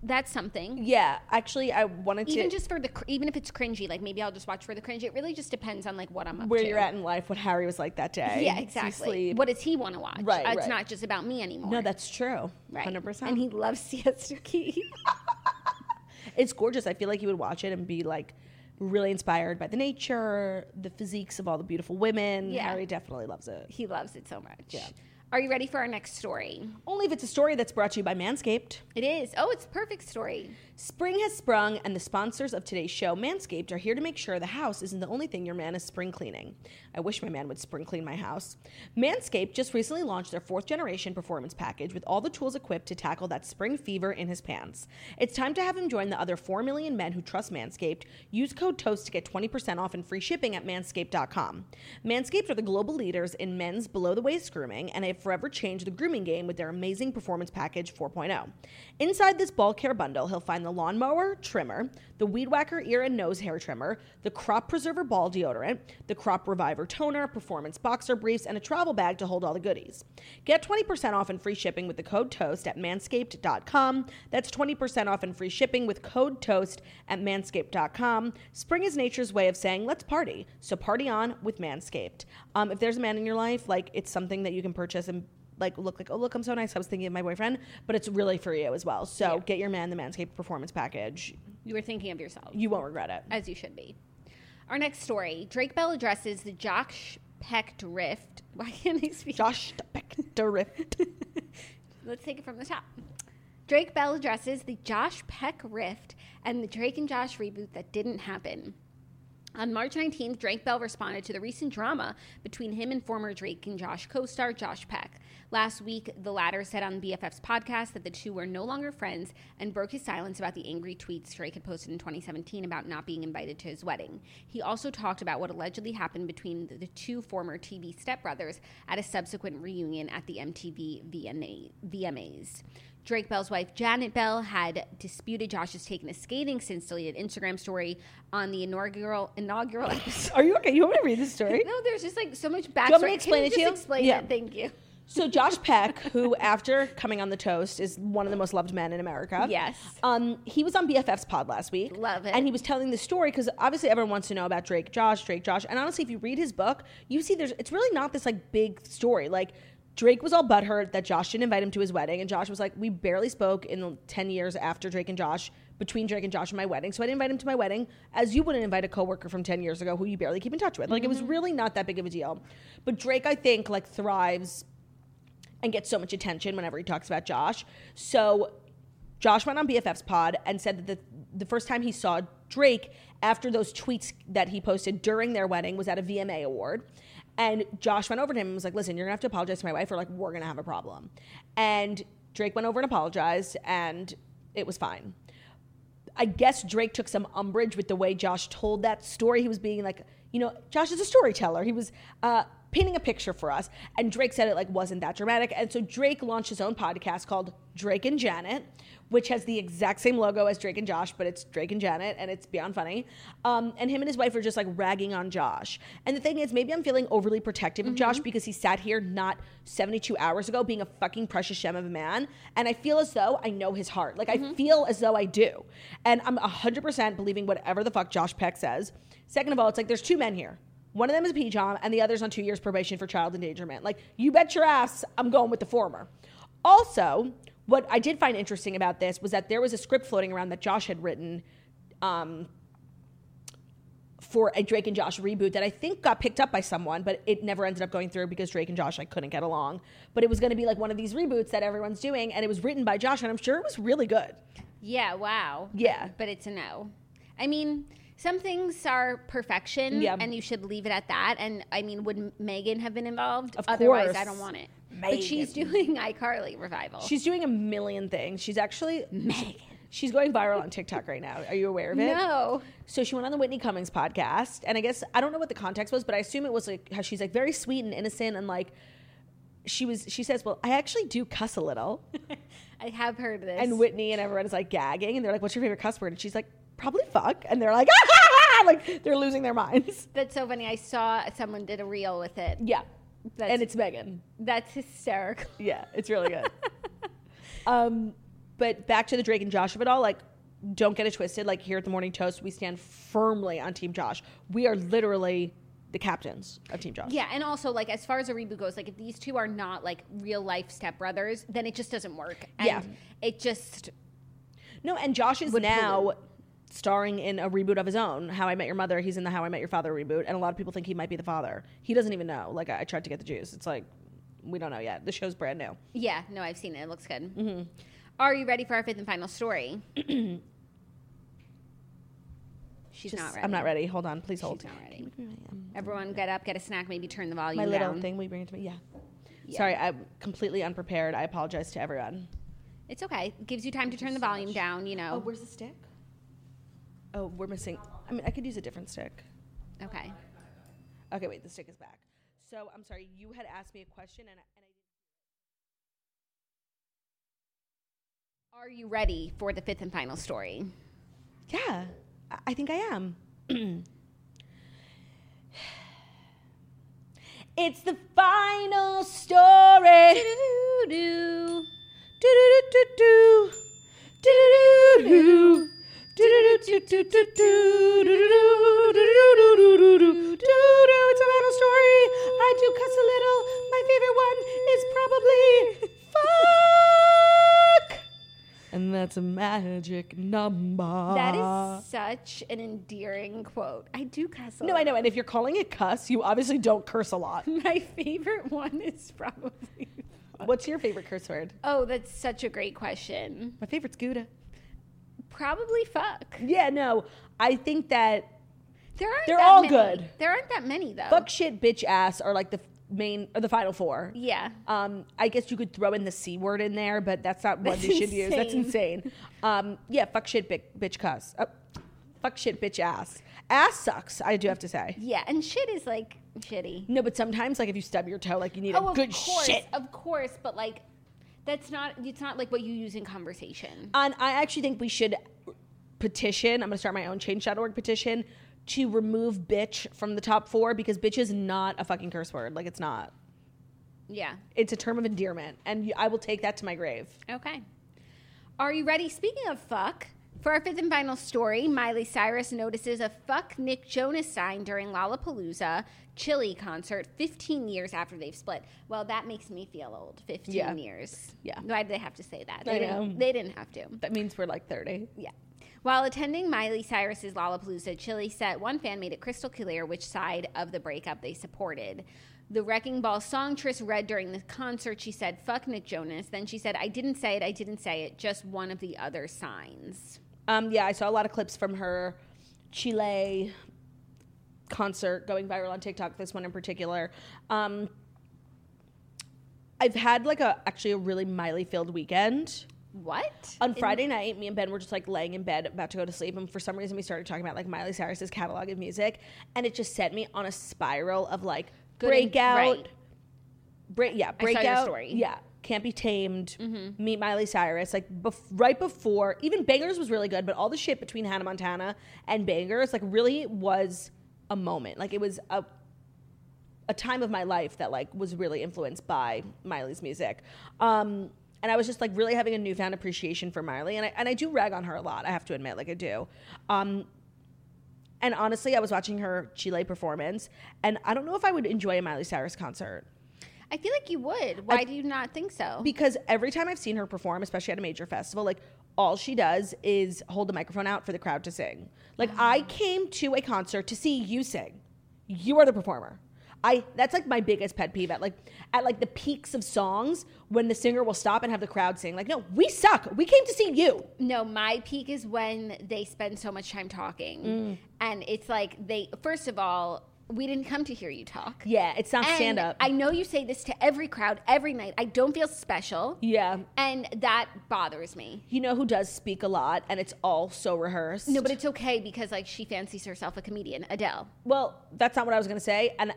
B: that's something.
A: Yeah, actually, I wanted to.
B: Even just for the cr- even if it's cringy, like maybe I'll just watch for the cringe. It really just depends on like what I'm up
A: where
B: to.
A: you're at in life, what Harry was like that day.
B: Yeah,
A: Do you
B: exactly.
A: sleep?
B: What does he want to watch?
A: Right,
B: Uh, It's
A: right.
B: not just about me anymore.
A: no, that's true.
B: right.
A: 100%.
B: And he loves Siesta Key.
A: it's gorgeous. I feel like you would watch it and be like really inspired by the nature, the physiques of all the beautiful women.
B: Yeah.
A: Harry definitely loves it.
B: he loves it so much. Yeah. Are you ready for our next story?
A: Only if it's a story that's brought to you by Manscaped.
B: It is. Oh, it's a perfect story.
A: Spring has sprung, and the sponsors of today's show, Manscaped, are here to make sure the house isn't the only thing your man is spring cleaning. I wish my man would spring clean my house. Manscaped just recently launched their fourth generation performance package with all the tools equipped to tackle that spring fever in his pants. It's time to have him join the other 4 million men who trust Manscaped. Use code TOAST to get 20% off and free shipping at manscaped.com. Manscaped are the global leaders in men's below the waist grooming, and have forever changed the grooming game with their amazing performance package 4.0. Inside this ball care bundle, he'll find the lawnmower trimmer, the weed whacker ear and nose hair trimmer, the crop preserver ball deodorant, the crop reviver toner, performance boxer briefs, and a travel bag to hold all the goodies. Get 20% off and free shipping with the code TOAST at manscaped.com. That's 20% off and free shipping with code TOAST at manscaped.com. Spring is nature's way of saying, let's party. So party on with Manscaped. Um, if there's a man in your life, like it's something that you can purchase and like look like, oh look, I'm so nice. I was thinking of my boyfriend, but it's really for you as well. So get your man the Manscaped performance package.
B: You were thinking of yourself.
A: You won't regret it.
B: as you should be. Our next story Drake Bell addresses the Josh Peck drift. Why can't I speak?
A: Josh Rift.
B: Let's take it from the top. Drake Bell addresses the Josh Peck rift and the Drake and Josh reboot that didn't happen. On March 19th, Drake Bell responded to the recent drama between him and former Drake and Josh co star Josh Peck. Last week, the latter said on BFF's podcast that the two were no longer friends and broke his silence about the angry tweets Drake had posted in 2017 about not being invited to his wedding. He also talked about what allegedly happened between the two former TV stepbrothers at a subsequent reunion at the MTV VMA, VMAs. Drake Bell's wife, Janet Bell, had disputed Josh's taken a scathing since deleted Instagram story on the inaugural inaugural episode.
A: Are you okay? You want me to read this story?
B: No, there's just like so much backstory.
A: you want me to explain
B: Can
A: it to
B: just
A: you?
B: Explain
A: Yeah.
B: it. Thank you.
A: So Josh Peck, who after coming on the toast is one of the most loved men in America.
B: Yes.
A: Um, he was on BFF's pod last week.
B: Love it.
A: And he was telling the story because obviously everyone wants to know about Drake, Josh, Drake, Josh. And honestly, if you read his book, you see there's it's really not this like big story. Like Drake was all butthurt that Josh didn't invite him to his wedding, and Josh was like, "We barely spoke in the ten years after Drake and Josh." Between Drake and Josh and my wedding, so I didn't invite him to my wedding, as you wouldn't invite a coworker from ten years ago who you barely keep in touch with. Like it
B: Mm-hmm.
A: was really not that big of a deal, but Drake, I think, like thrives and gets so much attention whenever he talks about Josh. So Josh went on BFF's pod and said that the, the first time he saw Drake after those tweets that he posted during their wedding was at a VMA award. And Josh went over to him and was like, listen, you're gonna have to apologize to my wife, or like, we're gonna have a problem. And Drake went over and apologized, and it was fine. I guess Drake took some umbrage with the way Josh told that story. He was being like, you know, Josh is a storyteller. He was uh, painting a picture for us, and Drake said it like wasn't that dramatic. And so Drake launched his own podcast called Drake and Janet, which has the exact same logo as Drake and Josh, but it's Drake and Janet, and it's beyond funny. Um, and him and his wife are just like ragging on Josh. And the thing is, maybe I'm feeling overly protective of Josh because he sat here not 72 hours ago being a fucking precious gem of a man, and I feel as though I know his heart. Like I feel as though I do, and I'm 100% believing whatever the fuck Josh Peck says. Second of all, it's like there's two men here. One of them is a PJOM, and the other's on two years probation for child endangerment. Like, you bet your ass I'm going with the former. Also, what I did find interesting about this was that there was a script floating around that Josh had written um, for a Drake and Josh reboot that I think got picked up by someone, but it never ended up going through because Drake and Josh like couldn't get along. But it was going to be like one of these reboots that everyone's doing, and it was written by Josh, and I'm sure it was really good.
B: Yeah, wow.
A: Yeah.
B: But it's a no. I mean, some things are perfection
A: Yeah.
B: and you should leave it at that. And I mean, would Megan have been involved?
A: Of
B: Otherwise, I
A: course.
B: don't want it. But she's doing iCarly revival.
A: She's doing a million things. She's actually Megan. She's going viral on TikTok right now. Are you aware of it?
B: no.
A: So she went on the Whitney Cummings podcast, and I guess I don't know what the context was, but I assume it was like how she's like very sweet and innocent, and like she was. She says, "Well, I actually do cuss a little,"
B: I have heard this.
A: and Whitney and everyone is like gagging, and they're like, "What's your favorite cuss word?" And she's like, "Probably fuck," and they're like, "Ah!" like they're losing their minds.
B: That's so funny. I saw someone did a reel with it.
A: Yeah,
B: That's,
A: and it's Megan.
B: that's hysterical.
A: Yeah, it's really good. um, but back to the Drake and Josh of it all, like, don't get it twisted. Like here at the Morning Toast, we stand firmly on Team Josh. We are literally the captains of Team Josh.
B: Yeah, and also like as far as a reboot goes, like if these two are not like real life stepbrothers, then it just doesn't work. And
A: Yeah.
B: it just
A: No, and Josh is now starring in a reboot of his own, How I Met Your Mother. He's in the How I Met Your Father reboot, and a lot of people think he might be the father. He doesn't even know. Like I, I tried to get the juice. It's like we don't know yet. The show's brand new.
B: yeah. No, I've seen it. It looks good.
A: Mm-hmm.
B: Are you ready for our fifth and final story? She's not ready.
A: I'm not ready. Hold on, please hold.
B: She's not ready. Everyone, get up, get a snack, maybe turn the volume
A: My little
B: down.
A: thing, will you bring it to me? Yeah. Sorry, I'm completely unprepared. I apologize to everyone.
B: It's okay. gives you time to turn the volume down. You know.
A: Oh, where's the stick? Oh, we're missing. I mean, I could use a different stick.
B: okay.
A: Okay, wait, the stick is back. So I'm sorry, you had asked me a question, and I, and I
B: Are you ready for the fifth and final story?
A: Yeah, I- I think I am. it's the final story. Do-do-do-do. Do-do-do-do-do. Do-do-do-do. Do-do-do-do-do-do. Do-do-do-do-do-do. Do-do. It's a final story. I do cuss a little. My favorite one is probably That's a magic number.
B: That is such an endearing quote. I do cuss. A
A: No,
B: lot.
A: I know. And if you're calling it cuss, you obviously don't curse a lot.
B: My favorite one is probably.
A: What's your favorite curse word?
B: Oh, that's such a great question.
A: My favorite's Gouda.
B: Probably fuck.
A: Yeah, no. I think that
B: There aren't.
A: They're
B: that
A: all
B: many.
A: good.
B: There aren't that many though.
A: fuck shit, bitch ass are like the f- main or the final four.
B: Yeah.
A: Um, I guess you could throw in the c word in there, but that's not one
B: That's
A: you should use. That's insane.
B: insane.
A: Um, yeah, fuck shit, bitch, bitch cuss. Uh, fuck shit, bitch ass. Ass sucks. I do have to say.
B: Yeah, and shit is like shitty.
A: No, but sometimes like if you stub your toe, like you need
B: Oh,
A: a
B: of
A: good
B: course,
A: shit.
B: of course, but like, that's not. It's not like what you use in conversation.
A: And I actually think we should petition. I'm going to start my own change.org petition to remove bitch from the top four because bitch is not a fucking curse word. Like it's not.
B: Yeah.
A: It's a term of endearment, and you- I will take that to my grave.
B: Okay. Are you ready? Speaking of fuck, for our fifth and final story, Miley Cyrus notices a fuck Nick Jonas sign during Lollapalooza Chili concert 15 years after they've split. Well, that makes me feel old. 15
A: Yeah.
B: years.
A: Yeah.
B: Why did they have to say that?
A: I
B: They, didn't,
A: know.
B: they didn't have to.
A: That means we're like 30.
B: Yeah. While attending Miley Cyrus's Lollapalooza Chili set, one fan made it crystal clear which side of the breakup they supported. The Wrecking Ball songstress read during the concert, she said, fuck Nick Jonas. Then she said, I didn't say it, I didn't say it, just one of the other signs.
A: Um, yeah, I saw a lot of clips from her Chile concert going viral on TikTok. This one in particular. Um, I've had like a actually a really Miley filled weekend.
B: What?
A: On Friday night, me and Ben were just like laying in bed about to go to sleep, and for some reason we started talking about like Miley Cyrus's catalog of music, and it just sent me on a spiral of like
B: Good and-
A: breakout,
B: right.
A: break yeah,
B: I saw your
A: breakout,
B: story. Mm-hmm.
A: yeah, can't be tamed. Meet Miley Cyrus, like bef- right before even Bangers was really good, but all the shit between Hannah Montana and Bangers like really was a moment, like it was a a time of my life that like was really influenced by Miley's music. Um, and I was just like really having a newfound appreciation for Miley, and I and I do rag on her a lot. I have to admit, like I do. Um, and honestly, I was watching her Chile performance, and I don't know if I would enjoy a Miley Cyrus concert
B: I feel like you would. Why do you not think so?
A: because every time I've seen her perform, especially at a major festival, like all she does is hold the microphone out for the crowd to sing. Like I came to a concert to see you sing. You are the performer. I that's like my biggest pet peeve at like at like the peaks of songs when the singer will stop and have the crowd sing. Like, no, we suck. We came to see you.
B: No, my peak is when they spend so much time talking. And it's like they first of all, we didn't come to hear you talk.
A: Yeah, it's not
B: And
A: stand up.
B: I know you say this to every crowd every night. I don't feel special.
A: yeah.
B: And that bothers me.
A: You know who does speak a lot and it's all so rehearsed.
B: No, but it's okay because like she fancies herself a comedian, Adele.
A: Well, that's not what I was going to say. And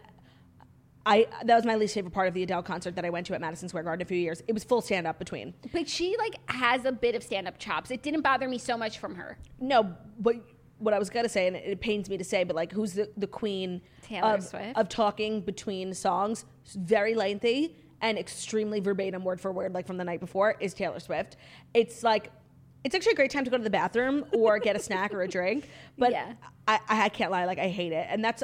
A: I that was my least favorite part of the Adele concert that I went to at Madison Square Garden a few years. It was full stand up between.
B: But she like has a bit of stand-up chops. It didn't bother me so much from her.
A: No, but what I was going to say, and it, it pains me to say, but like, who's the, the queen
B: Taylor
A: of,
B: Swift.
A: of talking between songs? Very lengthy and extremely verbatim, word for word, like from the night before, is Taylor Swift. It's like, it's actually a great time to go to the bathroom or get a snack or a drink. But
B: Yeah.
A: I, I, I can't lie, like, I hate it. And that's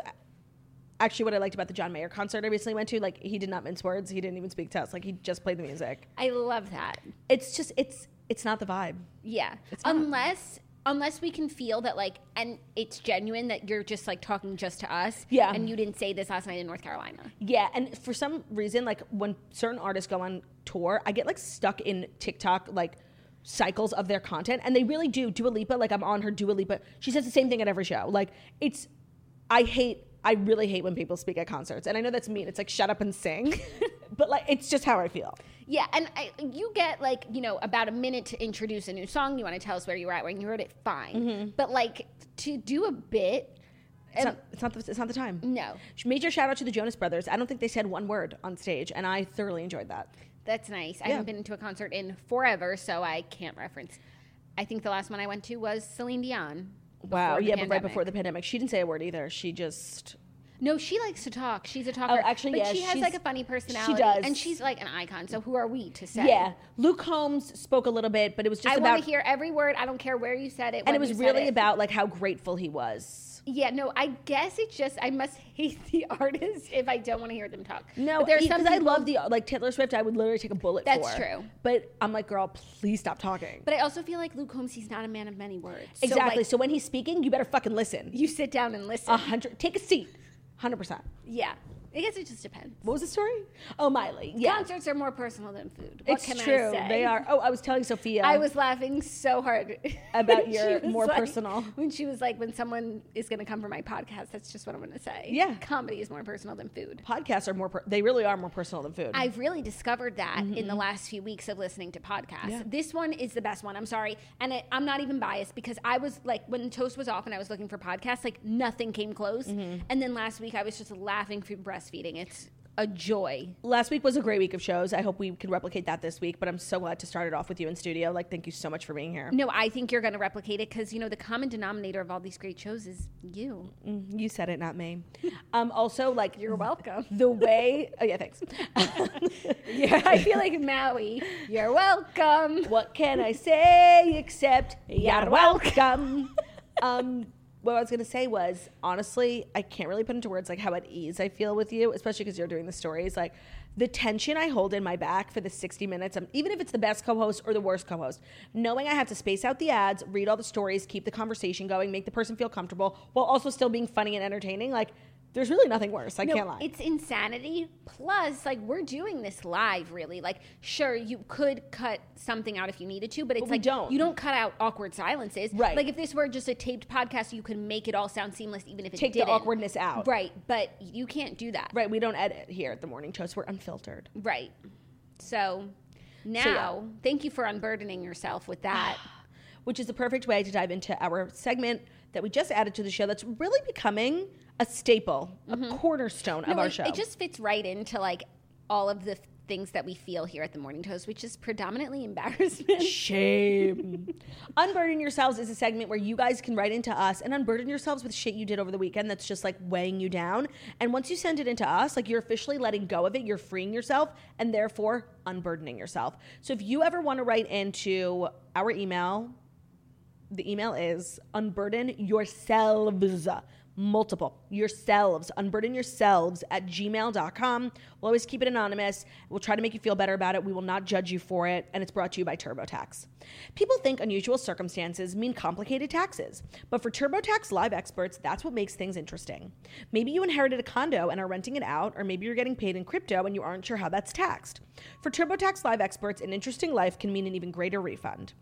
A: actually what I liked about the John Mayer concert I recently went to. Like, he did not mince words, he didn't even speak to us, like, he just played the music.
B: I love that.
A: It's just, it's, it's not the vibe.
B: Yeah.
A: not.
B: Unless unless we can feel that like and it's genuine that you're just like talking just to us.
A: Yeah.
B: And you didn't say this last night in North Carolina.
A: Yeah, and for some reason, like when certain artists go on tour, I get like stuck in TikTok like cycles of their content, and they really do. Dua Lipa, like I'm on her Dua Lipa. She says the same thing at every show. Like it's, I hate, I really hate when people speak at concerts, and I know that's mean. It's like shut up and sing, but like it's just how I feel.
B: Yeah, and I, you get like you know about a minute to introduce a new song. You want to tell us where you were at when you wrote it, fine.
A: Mm-hmm.
B: But like to do a bit,
A: It's not, it's not, the, it's not the time.
B: no,
A: Major shout out to the Jonas Brothers. I don't think they said one word on stage, and I thoroughly enjoyed that.
B: that's nice. I
A: Yeah.
B: haven't been to a concert in forever, so I can't reference. I think the last one I went to was Celine Dion.
A: Wow.
B: before the
A: Yeah, but right
B: pandemic.
A: before the pandemic, she didn't say a word either. She just
B: No, she likes to talk. She's a talker.
A: Oh, actually,
B: but
A: yeah,
B: she has
A: she's-
B: like a
A: she
B: funny personality.
A: does.
B: and she's like an icon. So who are we to say?
A: Yeah, Luke Holmes spoke a little bit, but it was just
B: I want
A: about
B: to hear every word. I don't care where you said it.
A: and
B: when
A: it was
B: you said
A: really about like how grateful he was
B: Yeah, no, I guess it's just I must hate the artist if I don't want to hear them talk.
A: No,
B: but there are
A: because
B: some
A: I
B: people-
A: love the like Taylor Swift. I would literally take a bullet.
B: That's
A: for.
B: true.
A: But I'm like, girl, please stop talking.
B: But I also feel like Luke Holmes, he's not a man of many words. So,
A: exactly.
B: like,
A: so when he's speaking, you better fucking listen.
B: you sit down and listen.
A: A hundred. Take a seat. Hundred percent.
B: yeah, I guess it just depends.
A: What was the story? Oh, Miley. Yeah,
B: Concerts are more personal than food. What
A: it's
B: can
A: true.
B: I say?
A: They are. Oh, I was telling Sophia.
B: I was laughing so hard
A: About
B: when
A: your
B: she was
A: more
B: like-
A: personal.
B: When she was like, when someone is going to come for my podcast, that's just what I'm going to say.
A: Yeah.
B: Comedy is more personal than food.
A: Podcasts are more. Per- they really are more personal than food.
B: I've really discovered that in the last few weeks of listening to podcasts.
A: Yeah.
B: This one is the best one. I'm sorry. And I, I'm not even biased because I was like, when the toast was off and I was looking for podcasts, like nothing came close. And then last week I was just laughing through breastfeeding. It's a joy.
A: Last week was a great week of shows. I hope we can replicate that this week. But I'm so glad to start it off with you in studio. Like, thank you so much for being here.
B: No, I think you're going to replicate it because, you know, the common denominator of all these great shows is you.
A: You said it, not me. Um, also, like
B: You're welcome.
A: the way. Oh yeah, thanks.
B: Yeah, I feel like Maui. You're welcome.
A: What can I say except you're welcome? um, what I was gonna say was honestly, I can't really put into words like how at ease I feel with you, especially because you're doing the stories. Like the tension I hold in my back for the 60 minutes, um, even if it's the best co-host or the worst co-host, knowing I have to space out the ads, read all the stories, keep the conversation going, make the person feel comfortable while also still being funny and entertaining. Like there's really nothing worse. I
B: No,
A: can't lie.
B: It's insanity. Plus, like we're doing this live, really. Like, sure, you could cut something out if you needed to, but it's
A: we
B: like
A: don't.
B: you don't cut out awkward silences.
A: Right.
B: Like if this were just a taped podcast, you could make it all sound seamless, even if it
A: Take the
B: didn't.
A: awkwardness out.
B: Right, but you can't do that.
A: Right, we don't edit here at the morning toast. We're unfiltered.
B: Right. So now, thank you for unburdening yourself with that.
A: which is the perfect way to dive into our segment that we just added to the show that's really becoming a staple, a cornerstone of
B: Mm-hmm. No,
A: our
B: it,
A: show.
B: it just fits right into like all of the f- things that we feel here at the Morning Toast, which is predominantly embarrassment.
A: Shame. unburden yourselves is a segment where you guys can write into us and unburden yourselves with shit you did over the weekend that's just like weighing you down. And once you send it into us, like you're officially letting go of it, you're freeing yourself and therefore unburdening yourself. So if you ever want to write into our email, the email is unburden yourselves multiple yourselves unburden yourselves at gmail.com we'll always keep it anonymous we'll try to make you feel better about it we will not judge you for it and it's brought to you by turbotax people think unusual circumstances mean complicated taxes but for turbotax live experts that's what makes things interesting maybe you inherited a condo and are renting it out or maybe you're getting paid in crypto and you aren't sure how that's taxed for turbotax live experts an interesting life can mean an even greater refund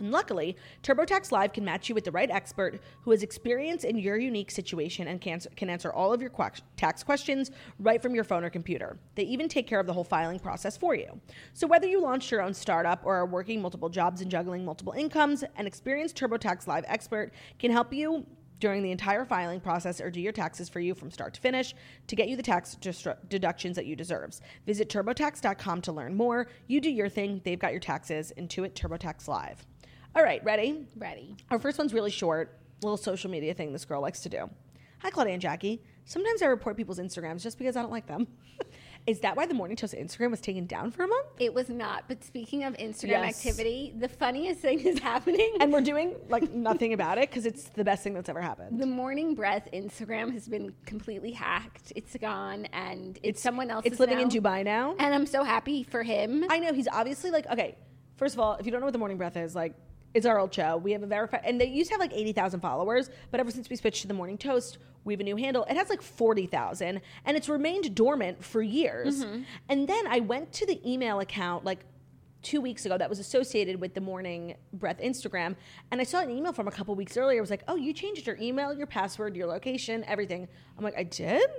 A: and luckily, TurboTax Live can match you with the right expert who has experience in your unique situation and can, can answer all of your quac- tax questions right from your phone or computer. They even take care of the whole filing process for you. So, whether you launched your own startup or are working multiple jobs and juggling multiple incomes, an experienced TurboTax Live expert can help you during the entire filing process or do your taxes for you from start to finish to get you the tax destru- deductions that you deserve. Visit turbotax.com to learn more. You do your thing, they've got your taxes. Intuit TurboTax Live. All right, ready?
B: Ready.
A: Our first one's really short, little social media thing this girl likes to do. Hi, Claudia and Jackie. Sometimes I report people's Instagrams just because I don't like them. Is that why the Morning Toast Instagram was taken down for a month?
B: It was not. But speaking of Instagram
A: Yes.
B: activity, the funniest thing is happening.
A: And we're doing like nothing about it because it's the best thing that's ever happened.
B: the morning breath Instagram has been completely hacked. It's gone, and it's, someone else.
A: It's living in Dubai now.
B: and I'm so happy for him.
A: I know he's obviously like okay. First of all, if you don't know what the morning breath is, like it's our old show. We have a verified, and they used to have like eighty thousand followers, but ever since we switched to the morning toast, we have a new handle. It has like forty thousand, and it's remained dormant for years. And then I went to the email account like two weeks ago that was associated with the morning breath Instagram, and I saw an email from a couple weeks earlier. It was like, oh, you changed your email, your password, your location, everything. I'm like, I did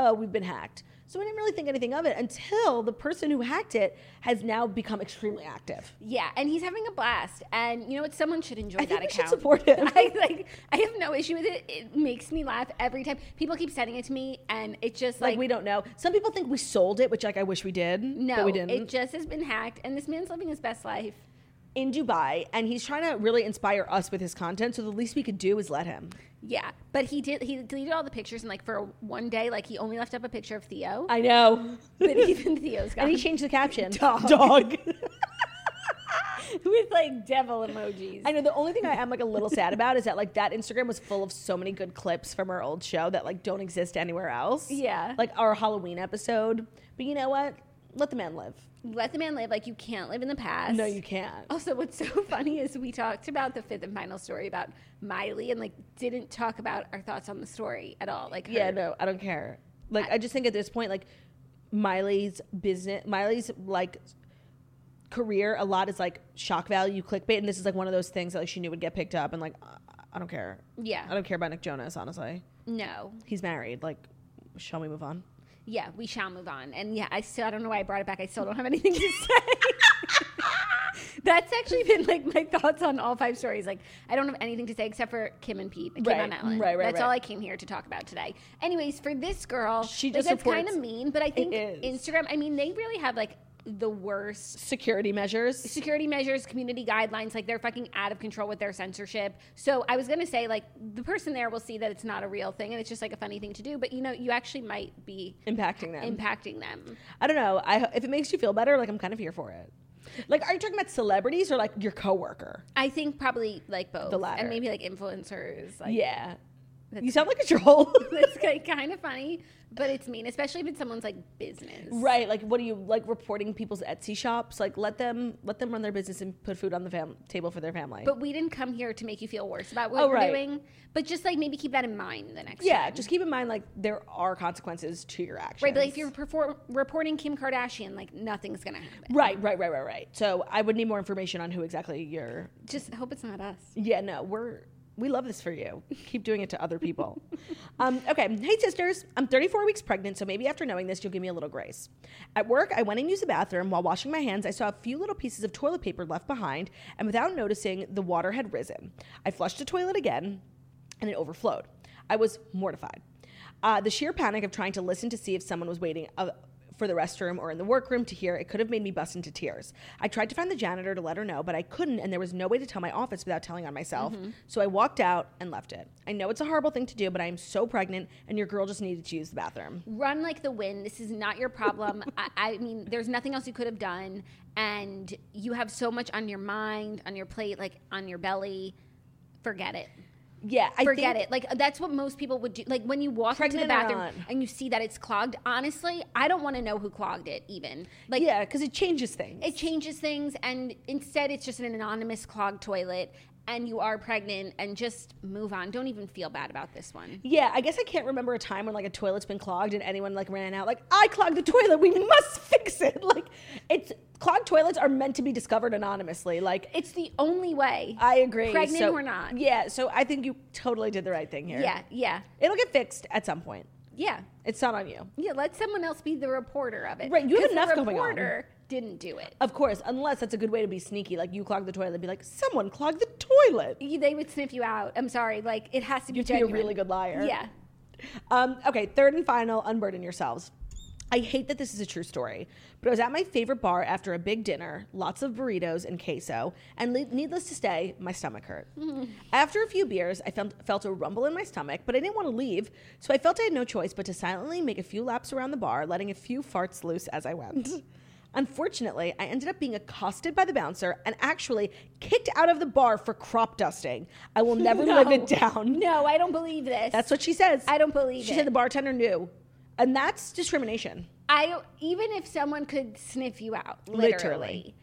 A: oh, we've been hacked. So I didn't really think anything of it until the person who hacked it has now become extremely active.
B: yeah, and he's having a blast. And you know what? Someone should enjoy
A: I
B: that
A: think we should
B: account.
A: support him.
B: I like. I have no issue with it. It makes me laugh every time. People keep sending it to me, and it's just
A: Like,
B: like,
A: we don't know. Some people think we sold it, which like I wish we did.
B: No,
A: but we didn't.
B: it just has been hacked, and this man's living his best life.
A: in Dubai, and he's trying to really inspire us with his content. So the least we could do is let him.
B: Yeah, but he did. He deleted all the pictures, and like for one day, like he only left up a picture of Theo.
A: I know.
B: but even Theo's gone.
A: and he changed the caption.
B: Dog.
A: Dog.
B: with like devil emojis.
A: I know the only thing I am like a little sad about is that like that Instagram was full of so many good clips from our old show that like don't exist anywhere else.
B: Yeah.
A: Like our Halloween episode. But you know what? Let the man live.
B: Let the man live. Like you can't live in the past.
A: No, you can't.
B: Also, what's so funny is we talked about the fifth and final story about Miley and like didn't talk about our thoughts on the story at all. Like, her-
A: Yeah, no, I don't care. Like I, just think at this point, like Miley's business, Miley's like career, a lot is like shock value, clickbait, and this is like one of those things that like she knew would get picked up, and like I- I don't care.
B: Yeah.
A: I don't care about Nick Jonas. Honestly,
B: No.
A: he's married. Like, shall we move on?
B: Yeah, we shall move on. And yeah, I still I don't know why I brought it back. I still don't have anything to say. That's actually been like my thoughts on all five stories. Like I don't have anything to say except for Kim and Pete. Kim
A: Right,
B: on Ellen.
A: right, right,
B: That's
A: right.
B: all I came here to talk about today. Anyways, for this girl,
A: She
B: she
A: just
B: just like, that's kind
A: reports-
B: of mean, but I think
A: is.
B: Instagram. I mean, they really have like the worst
A: Security measures.
B: security measures, community guidelines, like they're fucking out of control with their censorship. So I was gonna say, like, the person there will see that it's not a real thing and it's just like a funny thing to do, but you know, you actually might be
A: Impacting them.
B: impacting them.
A: I don't know. I ho- if it makes you feel better, like I'm kind of here for it. Like, are you talking about celebrities or like your coworker?
B: I think probably like both.
A: The latter.
B: And maybe like influencers. Like,
A: yeah, you sound like a troll.
B: It's like, kind of funny, but it's mean, especially if it's someone's like business.
A: Right, like what are you like reporting people's Etsy shops? Like let them let them run their business and put food on the fam- table for their family.
B: But we didn't come here to make you feel worse about what
A: Oh,
B: you're
A: right.
B: doing. But just like maybe keep that in mind the next
A: yeah,
B: time.
A: just keep in mind like there are consequences to your actions.
B: Right, but like, if you're perform- reporting Kim Kardashian, like nothing's gonna happen.
A: right, right, right, right, right. So I would need more information on who exactly you're.
B: Just hope it's not us.
A: Yeah, no, we're we love this for you. Keep doing it to other people. um, okay, hey sisters, I'm 34 weeks pregnant, so maybe after knowing this, you'll give me a little grace. At work, I went and used the bathroom. While washing my hands, I saw a few little pieces of toilet paper left behind, and without noticing, the water had risen. I flushed the toilet again. and it overflowed. I was mortified. Uh, the sheer panic of trying to listen to see if someone was waiting uh, for the restroom or in the workroom to hear it could have made me bust into tears. I tried to find the janitor to let her know, but I couldn't, and there was no way to tell my office without telling on myself.
B: Mm-hmm.
A: So I walked out and left it. I know it's a horrible thing to do, but I am so pregnant, and your girl just needed to use the bathroom.
B: Run like the wind. This is not your problem. I, I mean, there's nothing else you could have done, and you have so much on your mind, on your plate, like on your belly. Forget it.
A: Yeah, I
B: Forget
A: think-
B: it. Like that's what most people would do. Like when you walk into
A: Pregnant
B: the
A: or
B: bathroom
A: not.
B: and you see that it's clogged. Honestly, I don't want to know who clogged it. Even like
A: Yeah, because it changes things.
B: it changes things, and instead it's just an anonymous clogged toilet. And you are pregnant, and just move on. Don't even feel bad about this one.
A: yeah, I guess I can't remember a time when like a toilet's been clogged and anyone like ran out like I clogged the toilet. We must fix it. Like it's clogged toilets are meant to be discovered anonymously. Like
B: It's the only way.
A: I agree.
B: Pregnant
A: So-
B: or not.
A: Yeah, so I think you totally did the right thing here.
B: Yeah, yeah,
A: It'll get fixed at some point.
B: yeah,
A: It's not on you.
B: yeah. Let someone else be the reporter of it.
A: Right, you have
B: 'Cause
A: enough
B: the
A: going on.
B: reporter didn't do it.
A: Of course, unless that's a good way to be sneaky, like you clog the toilet and be like, someone clogged the toilet.
B: You- They would sniff you out. I'm sorry. Like it has to be.
A: You have to be a
B: genuine.
A: really good liar.
B: Yeah.
A: Um, okay, third and final, unburden yourselves. I hate that this is a true story, but I was at my favorite bar after a big dinner, lots of burritos and queso, and le- needless to say, my stomach hurt. After a few beers, I felt, felt a rumble in my stomach, but I didn't want to leave, so I felt I had no choice but to silently make a few laps around the bar, letting a few farts loose as I went. Unfortunately, I ended up being accosted by the bouncer and actually kicked out of the bar for crop dusting. I will never live it down.
B: No, I don't believe this.
A: That's what she says.
B: I don't believe
A: She
B: it.
A: said the bartender knew, and that's discrimination.
B: I even if someone could sniff you out,
A: Literally.
B: literally.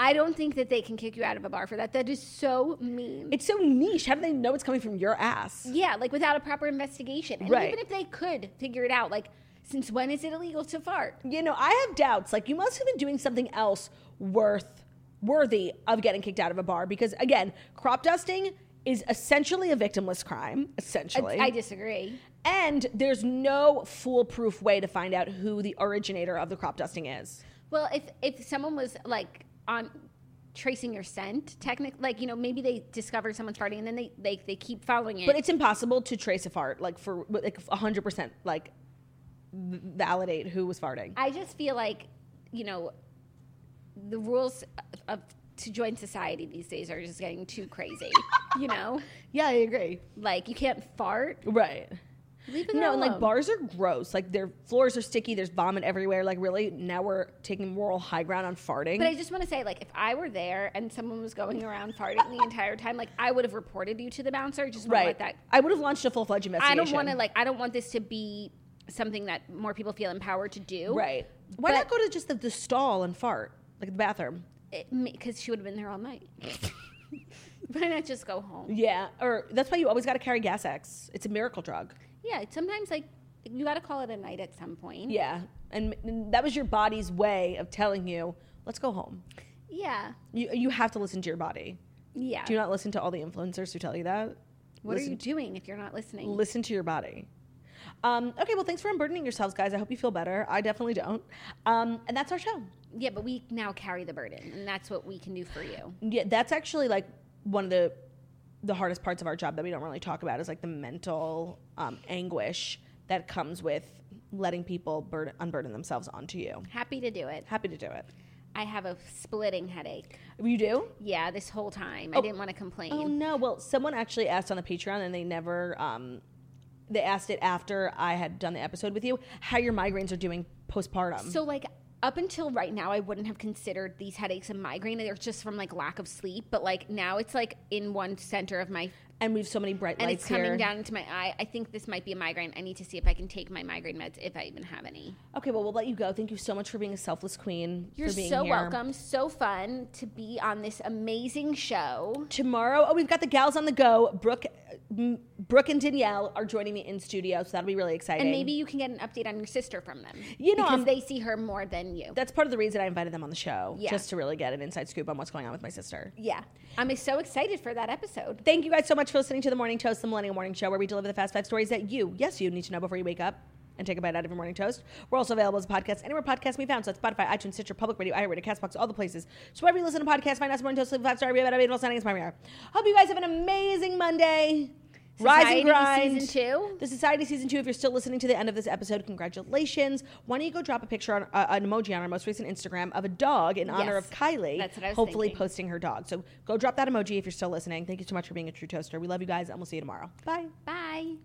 B: I don't think that they can kick you out of a bar for that. That is so mean.
A: It's so niche. How do they know it's coming from your ass?
B: yeah, like without a proper investigation. And
A: Right.
B: even if they could figure it out, like since when is it illegal to fart?
A: You know, I have doubts. Like you must have been doing something else worth worthy of getting kicked out of a bar because again, crop dusting is essentially a victimless crime. Essentially,
B: I disagree.
A: and there's no foolproof way to find out who the originator of the crop dusting is.
B: Well, if if someone was like on tracing your scent, technically, like you know, maybe they discover someone's farting and then they they, they keep following it.
A: But it's impossible to trace a fart, like for like 100 percent, like v- validate who was farting.
B: I just feel like you know the rules of, of to join society these days are just getting too crazy. you know,
A: Yeah, I agree.
B: like you can't fart.
A: Right.
B: Leave it
A: no, and like
B: alone.
A: bars are gross. Like their floors are sticky. There's vomit everywhere. Like really, now we're taking moral high ground on farting.
B: But I just want to say, like, if I were there and someone was going around farting the entire time, like, I would have reported you to the bouncer. Just wanna
A: right,
B: let that.
A: I would have launched a full fledged
B: I
A: investigation.
B: don't want to like. I don't want this to be something that more people feel empowered to do.
A: Right. Why
B: But-
A: not go to just the, the stall and fart, like the bathroom?
B: Because she would have been there all night. Why not just go home?
A: Yeah, or that's why you always got to carry Gas X. It's a miracle drug.
B: Yeah. it's Sometimes like you got to call it a night at some point.
A: Yeah, and, and that was your body's way of telling you, let's go home.
B: Yeah.
A: You you have to listen to your body.
B: Yeah.
A: Do you not listen to all the influencers who tell you that?
B: what
A: listen-
B: are you doing if you're not listening?
A: Listen to your body. Um, okay, well, thanks for unburdening yourselves, guys. I hope you feel better. I definitely don't. Um, and that's our show.
B: yeah, but we now carry the burden, and that's what we can do for you.
A: Yeah, that's actually like one of the the hardest parts of our job that we don't really talk about is like the mental um, anguish that comes with letting people burden, unburden themselves onto you.
B: Happy to do it.
A: Happy to do it.
B: I have a splitting headache.
A: You do?
B: Yeah, this whole time I didn't want to complain.
A: Oh no! Well, someone actually asked on the Patreon, and they never um, they asked it after I had done the episode with you how your migraines are doing postpartum.
B: So like up until right now, I wouldn't have considered these headaches and migraine. They're just from like lack of sleep. But like now, it's like in one center of my,
A: and we have so many bright
B: and
A: lights
B: it's coming
A: here.
B: down into my eye. I think this might be a migraine. I need to see if I can take my migraine meds if I even have any.
A: Okay, well, we'll let you go. Thank you so much for being a selfless queen.
B: You're
A: for being
B: so
A: here.
B: welcome. So fun to be on this amazing show.
A: Tomorrow, oh, we've got the gals on the go. Brooke, m- Brooke and Danielle are joining me in studio, so that'll be really exciting.
B: And maybe you can get an update on your sister from them.
A: You know,
B: because
A: I'm-
B: they see her more than you.
A: that's part of the reason I invited them on the show,
B: Yeah.
A: just to really get an inside scoop on what's going on with my sister.
B: yeah, I'm so excited for that episode.
A: Thank you guys so much for listening to the Morning Toast, the Millennial Morning Show, where we deliver the fast five stories that you, yes, you need to know before you wake up and take a bite out of your morning toast. We're also available as a podcast anywhere podcasts can be found. So that's Spotify, iTunes, Stitcher, Public Radio, iHeartRadio, Castbox, all the places. So wherever you listen to podcasts, find us Morning Toast, leave a five star review about available signing is my mirror. Hope you guys have an amazing Monday. Rise and
B: Society
A: grind.
B: Season two?
A: The Society Season 2. If you're still listening to the end of this episode, congratulations. Why don't you go drop a picture, on uh, an emoji on our most recent Instagram of a dog in honor
B: Yes.
A: of Kylie.
B: That's what I was
A: Hopefully
B: thinking.
A: post posting her dog. So go drop that emoji if you're still listening. Thank you so much for being a true toaster. We love you guys, and we'll see you tomorrow. Bye.
B: Bye.